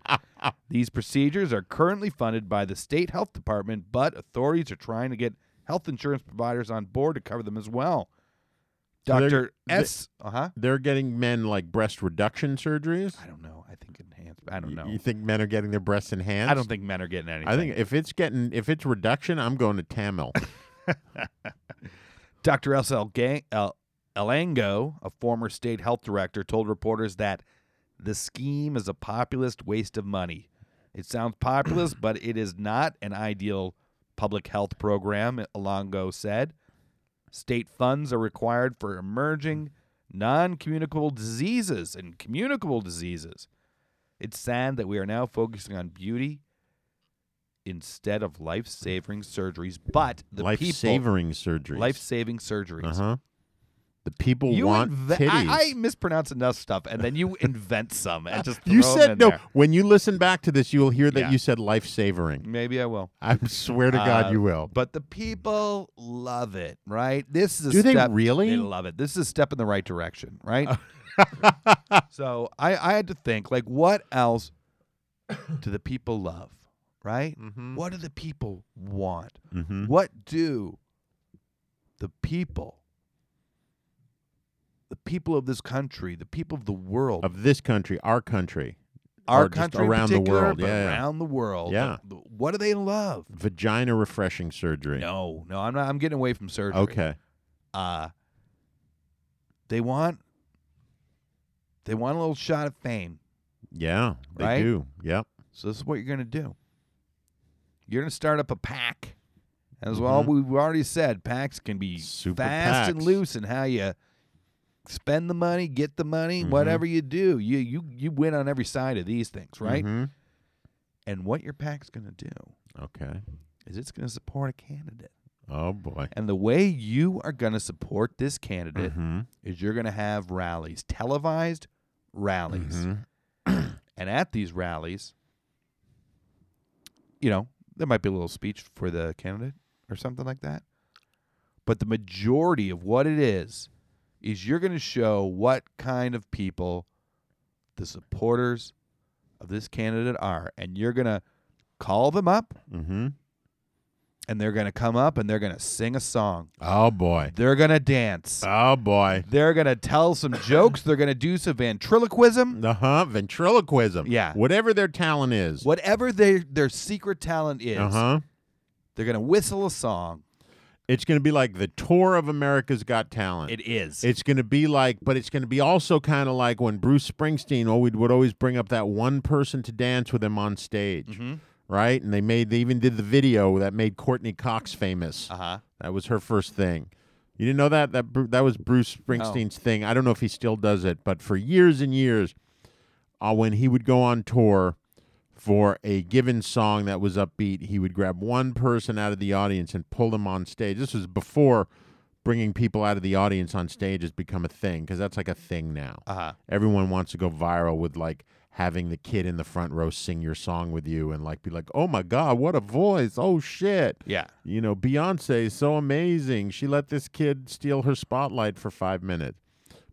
G: These procedures are currently funded by the state health department, but authorities are trying to get health insurance providers on board to cover them as well.
F: So they're-
G: Dr.
F: they-
G: S. Uh huh.
F: They're getting men like breast reduction surgeries.
G: I don't know. I think enhanced. I don't
F: Y-
G: know.
F: You think men are getting their breasts enhanced?
G: I don't think men are getting anything.
F: I think if it's getting if it's reduction, I'm going to Tamil.
G: Dr. S. El- Gang- El- Elango, a former state health director, told reporters that the scheme is a populist waste of money. It sounds populist, but it is not an ideal public health program, Elango said. State funds are required for emerging non communicable diseases and communicable diseases. It's sad that we are now focusing on beauty instead of life saving surgeries, but the
F: Life
G: people
F: savoring surgeries.
G: life saving surgeries.
F: Uh huh. The people
G: You
F: want
G: inve-
F: titties.
G: I, I mispronounce enough stuff, and then you invent some and just
F: you
G: throw 'em
F: said
G: in
F: no.
G: there.
F: When you listen back to this, you will hear that
G: Yeah.
F: you said life savoring.
G: Maybe I will.
F: I swear to
G: Uh,
F: God, you will.
G: But the people love it, right? This is a
F: Do they
G: step-
F: really?
G: They love it. This is a step in the right direction, right?
F: Oh.
G: so I, I had to think like, what else do the people love, right?
F: Mm-hmm.
G: What do the people want?
F: Mhm.
G: What do the people, the people of this country, the people of the world,
F: of this country, our country,
G: our
F: or just
G: country in
F: around the
G: particular,
F: world,
G: but
F: yeah.
G: around the world,
F: Yeah.
G: the- what do they love?
F: vagina refreshing surgery.
G: No, no, I'm not. I'm getting away from surgery.
F: Okay.
G: uh they want they want a little shot of fame.
F: Yeah, they
G: Right?
F: do. Yep.
G: So this is what you're gonna do. You're gonna start up a pack. As well, we've already said packs can be
F: Mm-hmm. Super
G: fast and
F: packs.
G: loose in how you spend the money, get the money,
F: Mhm.
G: whatever you do. You you you win on every side of these things, right?
F: Mhm.
G: And what your pack's gonna do
F: Okay.
G: is it's gonna support a candidate.
F: Oh boy.
G: And the way you are gonna support this candidate
F: Mhm.
G: is you're going to have rallies, televised rallies.
F: Mhm.
G: And at these rallies, you know, there might be a little speech for the candidate or something like that. But the majority of what it is is you're going to show what kind of people the supporters of this candidate are, and you're going to call them up,
F: Mm-hmm.
G: and they're going to come up, and they're going to sing a song,
F: Oh boy.
G: they're going to dance,
F: Oh boy.
G: they're going to tell some jokes, they're going to do some ventriloquism.
F: Uh huh. Ventriloquism.
G: Yeah.
F: Whatever their talent is.
G: whatever their their secret talent is,
F: Uh huh.
G: they're gonna whistle a song.
F: It's going to be like the tour of America's Got Talent.
G: It is.
F: It's going to be like, but it's going to be also kind of like when Bruce Springsteen always would always bring up that one person to dance with him on stage,
G: Mm-hmm.
F: right? And they made they even did the video that made Courtney Cox famous.
G: uh huh.
F: That was her first thing. You didn't know that that Bru- that was Bruce Springsteen's thing. I don't know if he still does it, but for years and years, uh, when he would go on tour for a given song that was upbeat, he would grab one person out of the audience and pull them on stage. This was before bringing people out of the audience on stage has become a thing because that's like a thing now.
G: Uh-huh.
F: Everyone wants to go viral with like having the kid in the front row sing your song with you and like be like, "Oh my god, what a voice! Oh shit!"
G: Yeah.
F: you know, Beyonce is so amazing. She let this kid steal her spotlight for five minutes.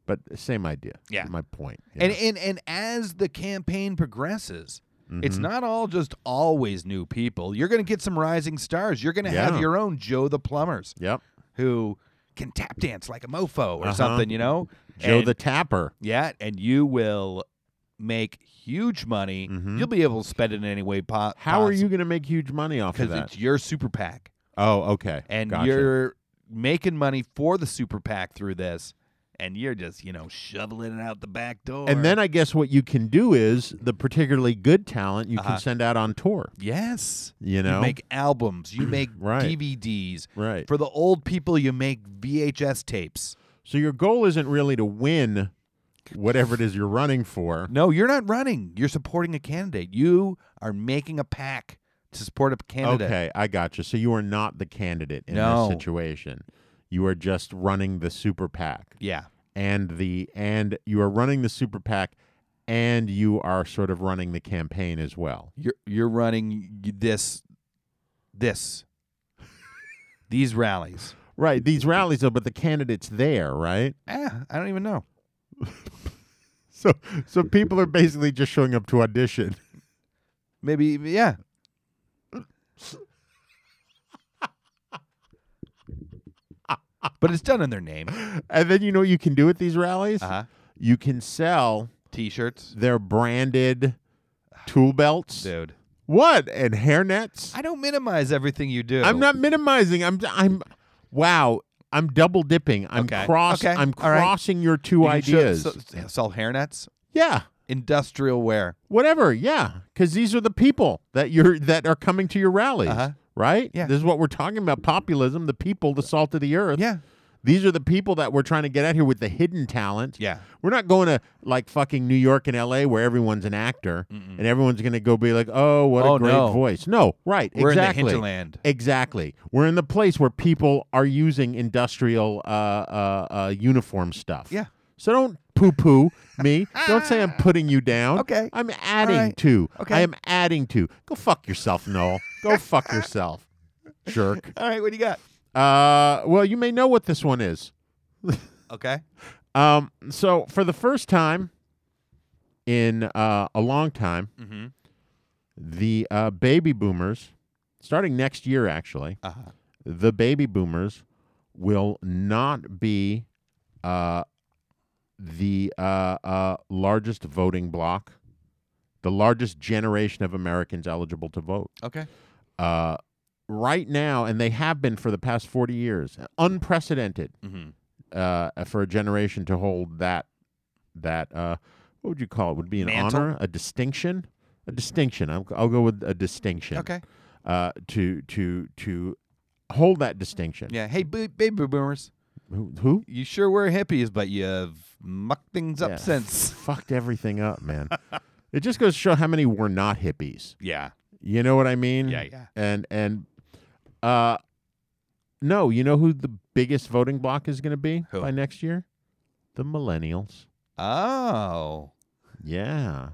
F: But same idea.
G: Yeah.
F: My point. you
G: And
F: know.
G: and and as the campaign progresses,
F: Mm-hmm.
G: it's not all just always new people. You're gonna get some rising stars. You're gonna
F: Yeah.
G: have your own Joe the Plumbers
F: yep.
G: who can tap dance like a mofo or
F: Uh-huh.
G: something. You know,
F: Joe
G: And-
F: the Tapper.
G: yeah, and you will make huge money.
F: Mhm.
G: You'll be able to spend it in any way po-
F: How are you going to make huge money off of
G: Because
F: that?
G: it's your super PAC.
F: Oh, okay.
G: and
F: Gotcha.
G: you're making money for the super PAC through this, and you're just you know shoveling it out the back door.
F: And then I guess what you can do is the particularly good talent you
G: Uh-huh.
F: can send out on tour.
G: yes,
F: You know?
G: make albums, you make
F: Right.
G: DVDs.
F: Right.
G: For the old people, you make VHS tapes.
F: so your goal isn't really to win whatever it is you're running for.
G: No, you're not running. You're supporting a candidate. You are making a pack to support a candidate.
F: Okay, I gotcha. So you are not the candidate in
G: No.
F: this situation. You are just running the super PAC.
G: Yeah.
F: and the and you are running the super PAC and you are sort of running the campaign as well.
G: You're you're running y- this this these rallies.
F: Right. These rallies though, but the candidate's there, right?
G: Eh, I don't even know.
F: So so people are basically just showing up to audition.
G: Maybe yeah. but it's done in their name.
F: And then you know what you can do with these rallies?
G: Uh-huh.
F: You can sell
G: T-shirts,
F: their branded tool belts.
G: dude.
F: What? And hairnets?
G: I don't minimize everything you do.
F: I'm not minimizing. I'm I'm wow. I'm double dipping. I'm
G: Okay.
F: cross
G: Okay.
F: I'm
G: All right.
F: crossing your two
G: You can show-
F: ideas.
G: so- sell hairnets,
F: yeah.
G: industrial wear.
F: whatever yeah because these are the people that you're that are coming to your rallies
G: Uh-huh.
F: right
G: Yeah.
F: this is what we're talking about populism the people the salt of the earth
G: Yeah.
F: these are the people that we're trying to get out here with the hidden talent
G: Yeah.
F: we're not going to like fucking new york and la where everyone's an actor and everyone's going to go be like oh what
G: Oh,
F: a great
G: no.
F: voice no right
G: We're in the
F: exactly
G: hinterland.
F: exactly we're in the place where people are using industrial uh, uh, uh, uniform stuff
G: Yeah.
F: so don't poo poo me. don't say I'm putting you down.
G: Okay.
F: I'm adding
G: right.
F: to.
G: Okay.
F: I am adding to. Go fuck yourself, Noel. Go fuck yourself, jerk.
G: All right, what do you got?
F: Uh, well, you may know what this one is.
G: Okay.
F: Um, so for the first time in uh, a long time,
G: Mhm.
F: the uh, baby boomers, starting next year, actually,
G: Uh-huh.
F: the baby boomers will not be uh, the uh, uh, largest voting block, the largest generation of Americans eligible to vote.
G: Okay.
F: Uh, right now, and they have been for the past 40 years, unprecedented
G: Mhm.
F: uh, for a generation to hold that, that uh, what would you call it? Would it be an
G: Mantle?
F: honor, a distinction? A distinction. I'll, I'll go with a distinction
G: Okay.
F: uh, to to to hold that distinction.
G: Yeah. Hey, b- baby boomers,
F: Who? who?
G: you sure were hippies, but you've mucked things up
F: Yeah,
G: since.
F: fucked everything up, man. it just goes to show how many were not hippies.
G: Yeah.
F: You know what I mean?
G: Yeah, yeah.
F: And and uh, no, you know who the biggest voting block is going to be
G: Who?
F: by next year? The millennials.
G: Oh.
F: Yeah,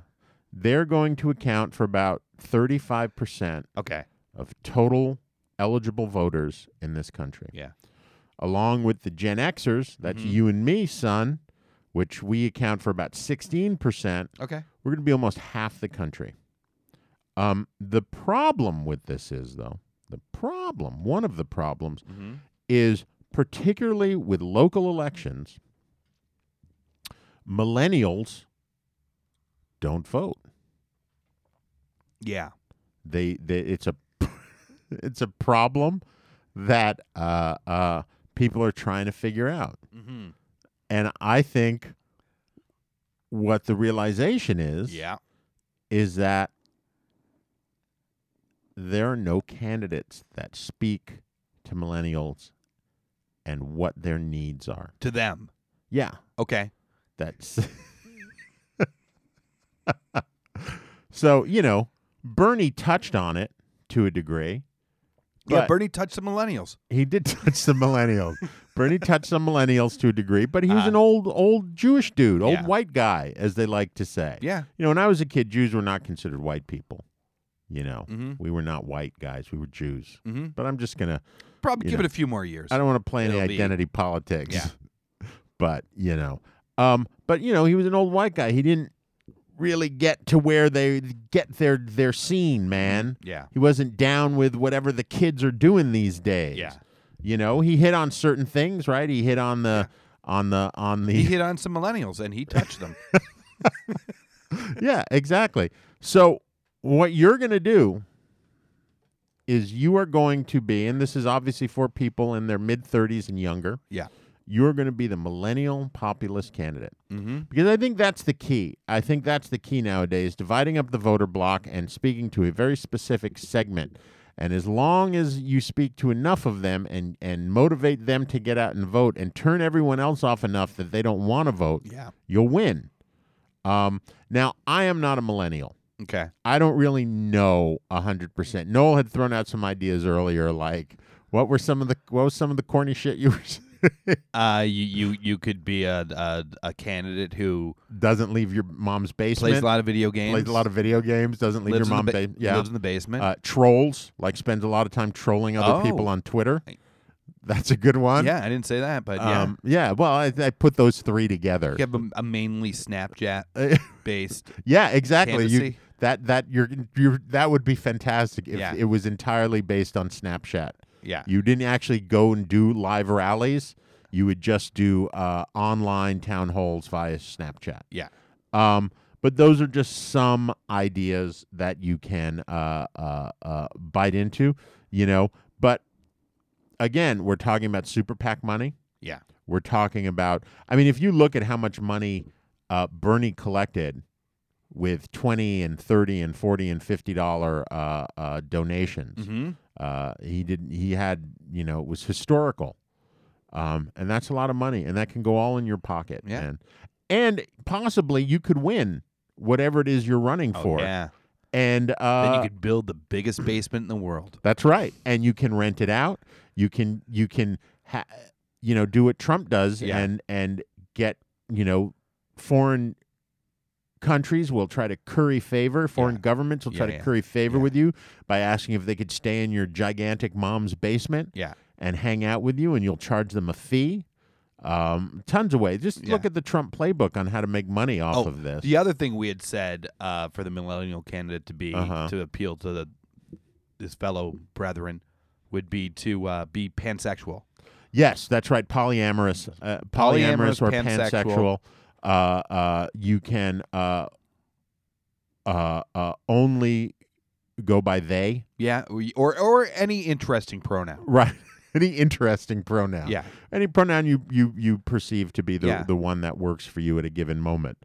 F: they're going to account for about thirty-five percent
G: Okay.
F: of total eligible voters in this country.
G: Yeah. Mm-hmm.
F: along with the Gen Xers, that's you and me, son, which we account for about 16%,
G: Okay.
F: we're going to be almost half the country. Um, the problem with this is, though, the problem, one of the problems, is particularly with local elections, millennials don't vote.
G: Yeah.
F: They, they it's a it's a problem that uh, uh, people are trying to figure out. And I think what the realization is
G: Yeah.
F: is that there are no candidates that speak to millennials and what their needs are.
G: To them.
F: Yeah,
G: Okay.
F: that's so you know Bernie touched on it to a degree.
G: yeah.
F: but
G: Bernie touched the millennials.
F: he did touch the millennials. Bernie touched the millennials to a degree, but he was an old old Jewish dude, old
G: Uh, Yeah.
F: white guy, as they like to say.
G: Yeah.
F: You know, when I was a kid, Jews were not considered white people. You know,
G: Mm-hmm.
F: we were not white guys; we were Jews. But I'm just gonna.
G: Probably
F: You
G: give
F: know.
G: it a few more years.
F: I don't want to play any
G: It'll be-
F: identity politics.
G: Yeah.
F: But you know, um, but you know, he was an old white guy. He didn't really get to where they get their their scene, man.
G: Mm-hmm. Yeah.
F: He wasn't down with whatever the kids are doing these days.
G: Yeah.
F: You know, he hit on certain things, right? He hit on the on the on the
G: He hit on some millennials and he touched them.
F: yeah, exactly. So what you're going to do is you are going to be, and this is obviously for people in their mid 30s and younger.
G: Yeah.
F: You're going to be the millennial populist candidate because I think that's the key. I think that's the key nowadays: dividing up the voter block and speaking to a very specific segment. And as long as you speak to enough of them and and motivate them to get out and vote and turn everyone else off enough that they don't want to vote,
G: Yeah.
F: you'll win. Um, now, I am not a millennial.
G: Okay.
F: I don't really know hundred percent. Noel had thrown out some ideas earlier, like what were some of the what was some of the corny shit you were saying?
G: Uh, you you, you could be a, a a candidate who
F: doesn't leave your mom's basement,
G: plays a lot of video games,
F: plays a lot of video games, doesn't leave
G: lives,
F: your
G: in,
F: mom's
G: the ba-
F: basement. Yeah,
G: lives in the basement.
F: uh, trolls, like spends a lot of time trolling other people
G: Oh.
F: on Twitter. That's a good one.
G: yeah, I didn't say that, but yeah.
F: Um, yeah. Well, I, I put those three together.
G: You have a, a mainly Snapchat
F: Uh,
G: based.
F: Yeah, exactly. You,
G: candidacy.
F: that that you're, you're that would be fantastic if
G: Yeah.
F: it was entirely based on Snapchat.
G: Yeah.
F: you didn't actually go and do live rallies. You would just do uh, online town halls via Snapchat.
G: Yeah.
F: Um, but those are just some ideas that you can uh, uh, uh, bite into, you know. But again, we're talking about super PAC money.
G: Yeah.
F: We're talking about, I mean, if you look at how much money uh, Bernie collected with 20 and 30 and 40 and 50 dollar uh, uh, donations,
G: Mm-hmm.
F: uh, he didn't, he had, you know, it was historical. Um, and that's a lot of money, and that can go all in your pocket,
G: Yeah.
F: man. And possibly you could win whatever it is you're running for.
G: Oh, Yeah.
F: And uh,
G: then you could build the biggest basement in the world.
F: that's right. And you can rent it out. You can you can ha- you know do what Trump does
G: Yeah.
F: and and get you know foreign countries will try to curry favor foreign governments will try
G: Yeah,
F: to
G: yeah.
F: curry favor
G: Yeah.
F: with you by asking if they could stay in your gigantic mom's basement
G: Yeah.
F: and hang out with you and you'll charge them a fee um, tons of ways just look
G: Yeah.
F: at the trump playbook on how to make money off of this
G: Oh, The other thing we had said uh, for the millennial candidate to be
F: Uh-huh.
G: to appeal to the his fellow brethren would be to uh, be pansexual.
F: Yes, that's right. Polyamorous, uh, polyamorous,
G: Polyamorous,
F: or
G: pansexual.
F: pansexual. Uh, uh, you can uh, uh, uh, only go by they.
G: Yeah, we- or or any interesting pronoun.
F: Right. Any interesting pronoun.
G: Yeah.
F: Any pronoun you you you perceive to be the
G: Yeah.
F: the one that works for you at a given moment.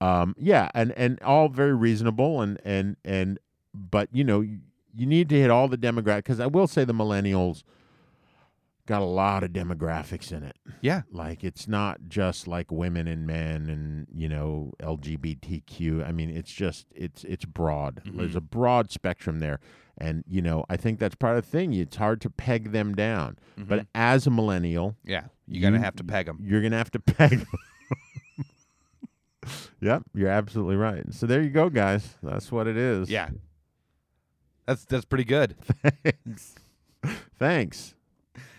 F: Um, yeah, and and all very reasonable and and and but you know you you need to hit all the demographics because I will say the millennials got a lot of demographics in it.
G: Yeah,
F: like it's not just like women and men and you know lgbtq i mean it's just it's it's broad there's a broad spectrum there and you know i think that's part of the thing it's hard to peg them down but as a millennial
G: yeah. You're gonna
F: You-
G: have to peg them.
F: you're gonna have to peg them. yep you're absolutely right so there you go guys that's what it is
G: Yeah, that's that's pretty good.
F: thanks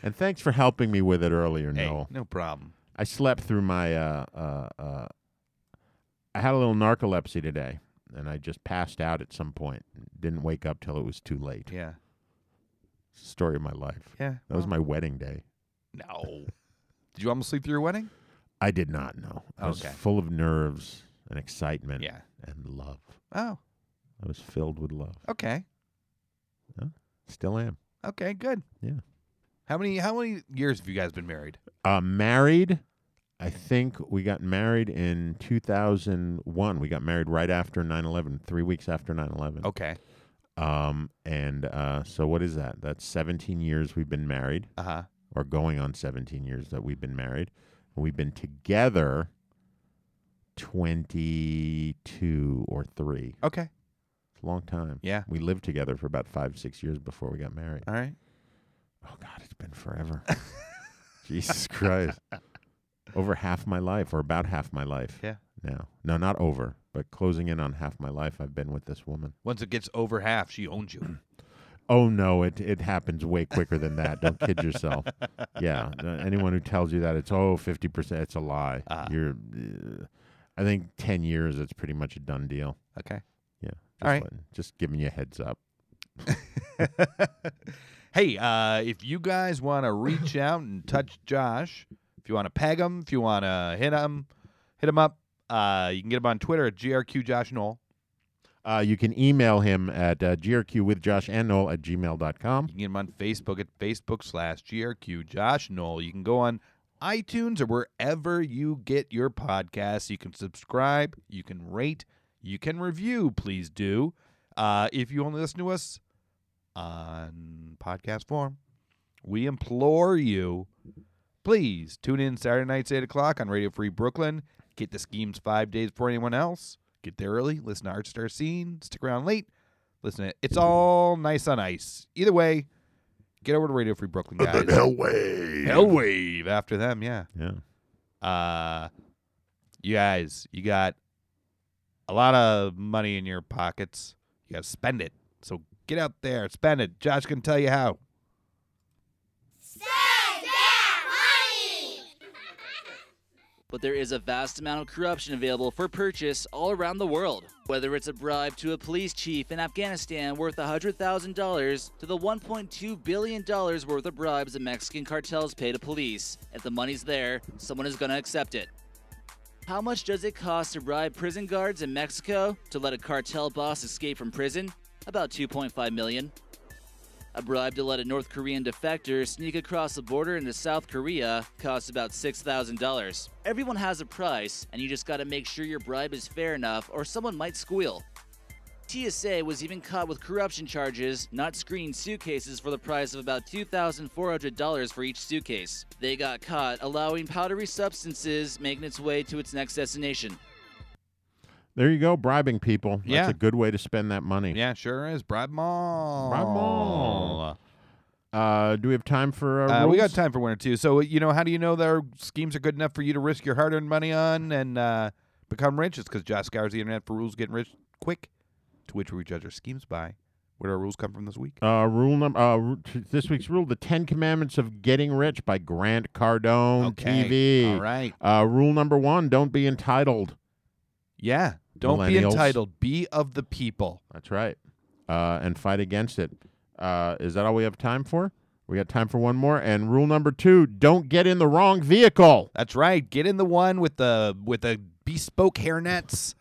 F: And thanks for helping me with it earlier,
G: Hey,
F: Noel.
G: no problem.
F: I slept through my. Uh, uh, uh, I had a little narcolepsy today, and I just passed out at some point. Didn't wake up till it was too late.
G: Yeah.
F: Story of my life.
G: Yeah,
F: That was my wedding day.
G: No. Did you almost sleep through your wedding?
F: I did not know. I was
G: Okay.
F: full of nerves and excitement
G: Yeah.
F: and love.
G: Oh,
F: I was filled with love.
G: okay.
F: Still am.
G: Okay, good.
F: Yeah.
G: How many how many years have you guys been married?
F: Uh, married. I think we got married in 2001. We got married right after 9/11, three weeks after 9/11.
G: Okay.
F: Um, and uh, so what is that? That's 17 years we've been married,
G: Uh huh.
F: or going on 17 years that we've been married. And we've been together 22 or three.
G: Okay.
F: It's a long time.
G: Yeah. Uh.
F: We lived together for about five, six years before we got married.
G: All right.
F: Oh God, it's been forever. Jesus Christ. Over half my life, or about half my life.
G: Yeah.
F: Now, no, not over, but closing in on half my life. I've been with this woman.
G: Once it gets over half, she owns you.
F: Oh no, it it happens way quicker than that. Don't kid yourself. Yeah, uh, anyone who tells you that it's oh 50 percent, it's a lie.
G: Ah.
F: You're, uh, I think ten years. It's pretty much a done deal.
G: okay.
F: Yeah. Just
G: All right.
F: letting- just giving you a heads up.
G: hey, uh, if you guys want to reach out and touch Josh, if you want to peg him, if you want to hit him, hit him up. Uh, you can get him on Twitter at grqjoshnoel.
F: Uh, you can email him at uh, grq with Josh and Noel at
G: You
F: gmail.com.
G: can get him on Facebook at Facebook slash GRQ Josh Knoll. You can go on iTunes or wherever you get your podcasts. You can subscribe, you can rate, you can review, please do. Uh, if you only listen to us on podcast form, we implore you, please tune in Saturday nights, 8 o'clock on Radio Free Brooklyn. Get the schemes five days before anyone else. Get there early, listen to Art Star Scene, stick around late, listen to It's All Nice on Ice. Either way, get over to Radio Free Brooklyn, guys.
F: Hellway.
G: Hellwave after them, yeah.
F: Yeah.
G: Uh you guys, you got a lot of money in your pockets. You gotta spend it. So get out there, spend it. Josh can tell you how.
J: But there is a vast amount of corruption available for purchase all around the world. Whether it's a bribe to a police chief in Afghanistan worth $100,000 to the $1.2 billion worth of bribes the Mexican cartels pay to police, if the money's there, someone is going to accept it. How much does it cost to bribe prison guards in Mexico to let a cartel boss escape from prison? About 2.5 million. A bribe to let a North Korean defector sneak across the border into South Korea costs about $6,000. Everyone has a price, and you just gotta make sure your bribe is fair enough, or someone might squeal. TSA was even caught with corruption charges, not screening suitcases for the price of about $2,400 for each suitcase. They got caught allowing powdery substances making its way to its next destination.
F: There you go, bribing people. That's
G: Yeah.
F: a good way to spend that money.
G: Yeah, sure is. Bribe them all.
F: Bribe 'em all. Uh, do we have time for uh,
G: Uh, we got
F: rules?
G: time for one or two. So you know, how do you know their schemes are good enough for you to risk your hard-earned money on and uh, become rich? It's because Josh scours the internet for rules getting rich quick, to which we judge our schemes by. Where do our rules come from this week?
F: Uh, rule number uh, ru- t- this week's rule: the Ten Commandments of Getting Rich by Grant Cardone
G: Okay,
F: TV.
G: all right.
F: Uh, rule number one: Don't be entitled.
G: Yeah, don't be
F: Millennials.
G: entitled. Be of the people.
F: That's right. Uh, and fight against it. Uh, is that all we have time for? We got time for one more. And rule number two: Don't get in the wrong vehicle.
G: That's right. Get in the one with the with the bespoke hairnets.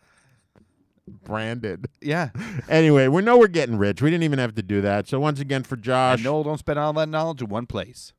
F: Branded.
G: Yeah.
F: anyway, we know we're getting rich. We didn't even have to do that. So once again, for Josh.
G: And Noel, don't spend all that knowledge in one place.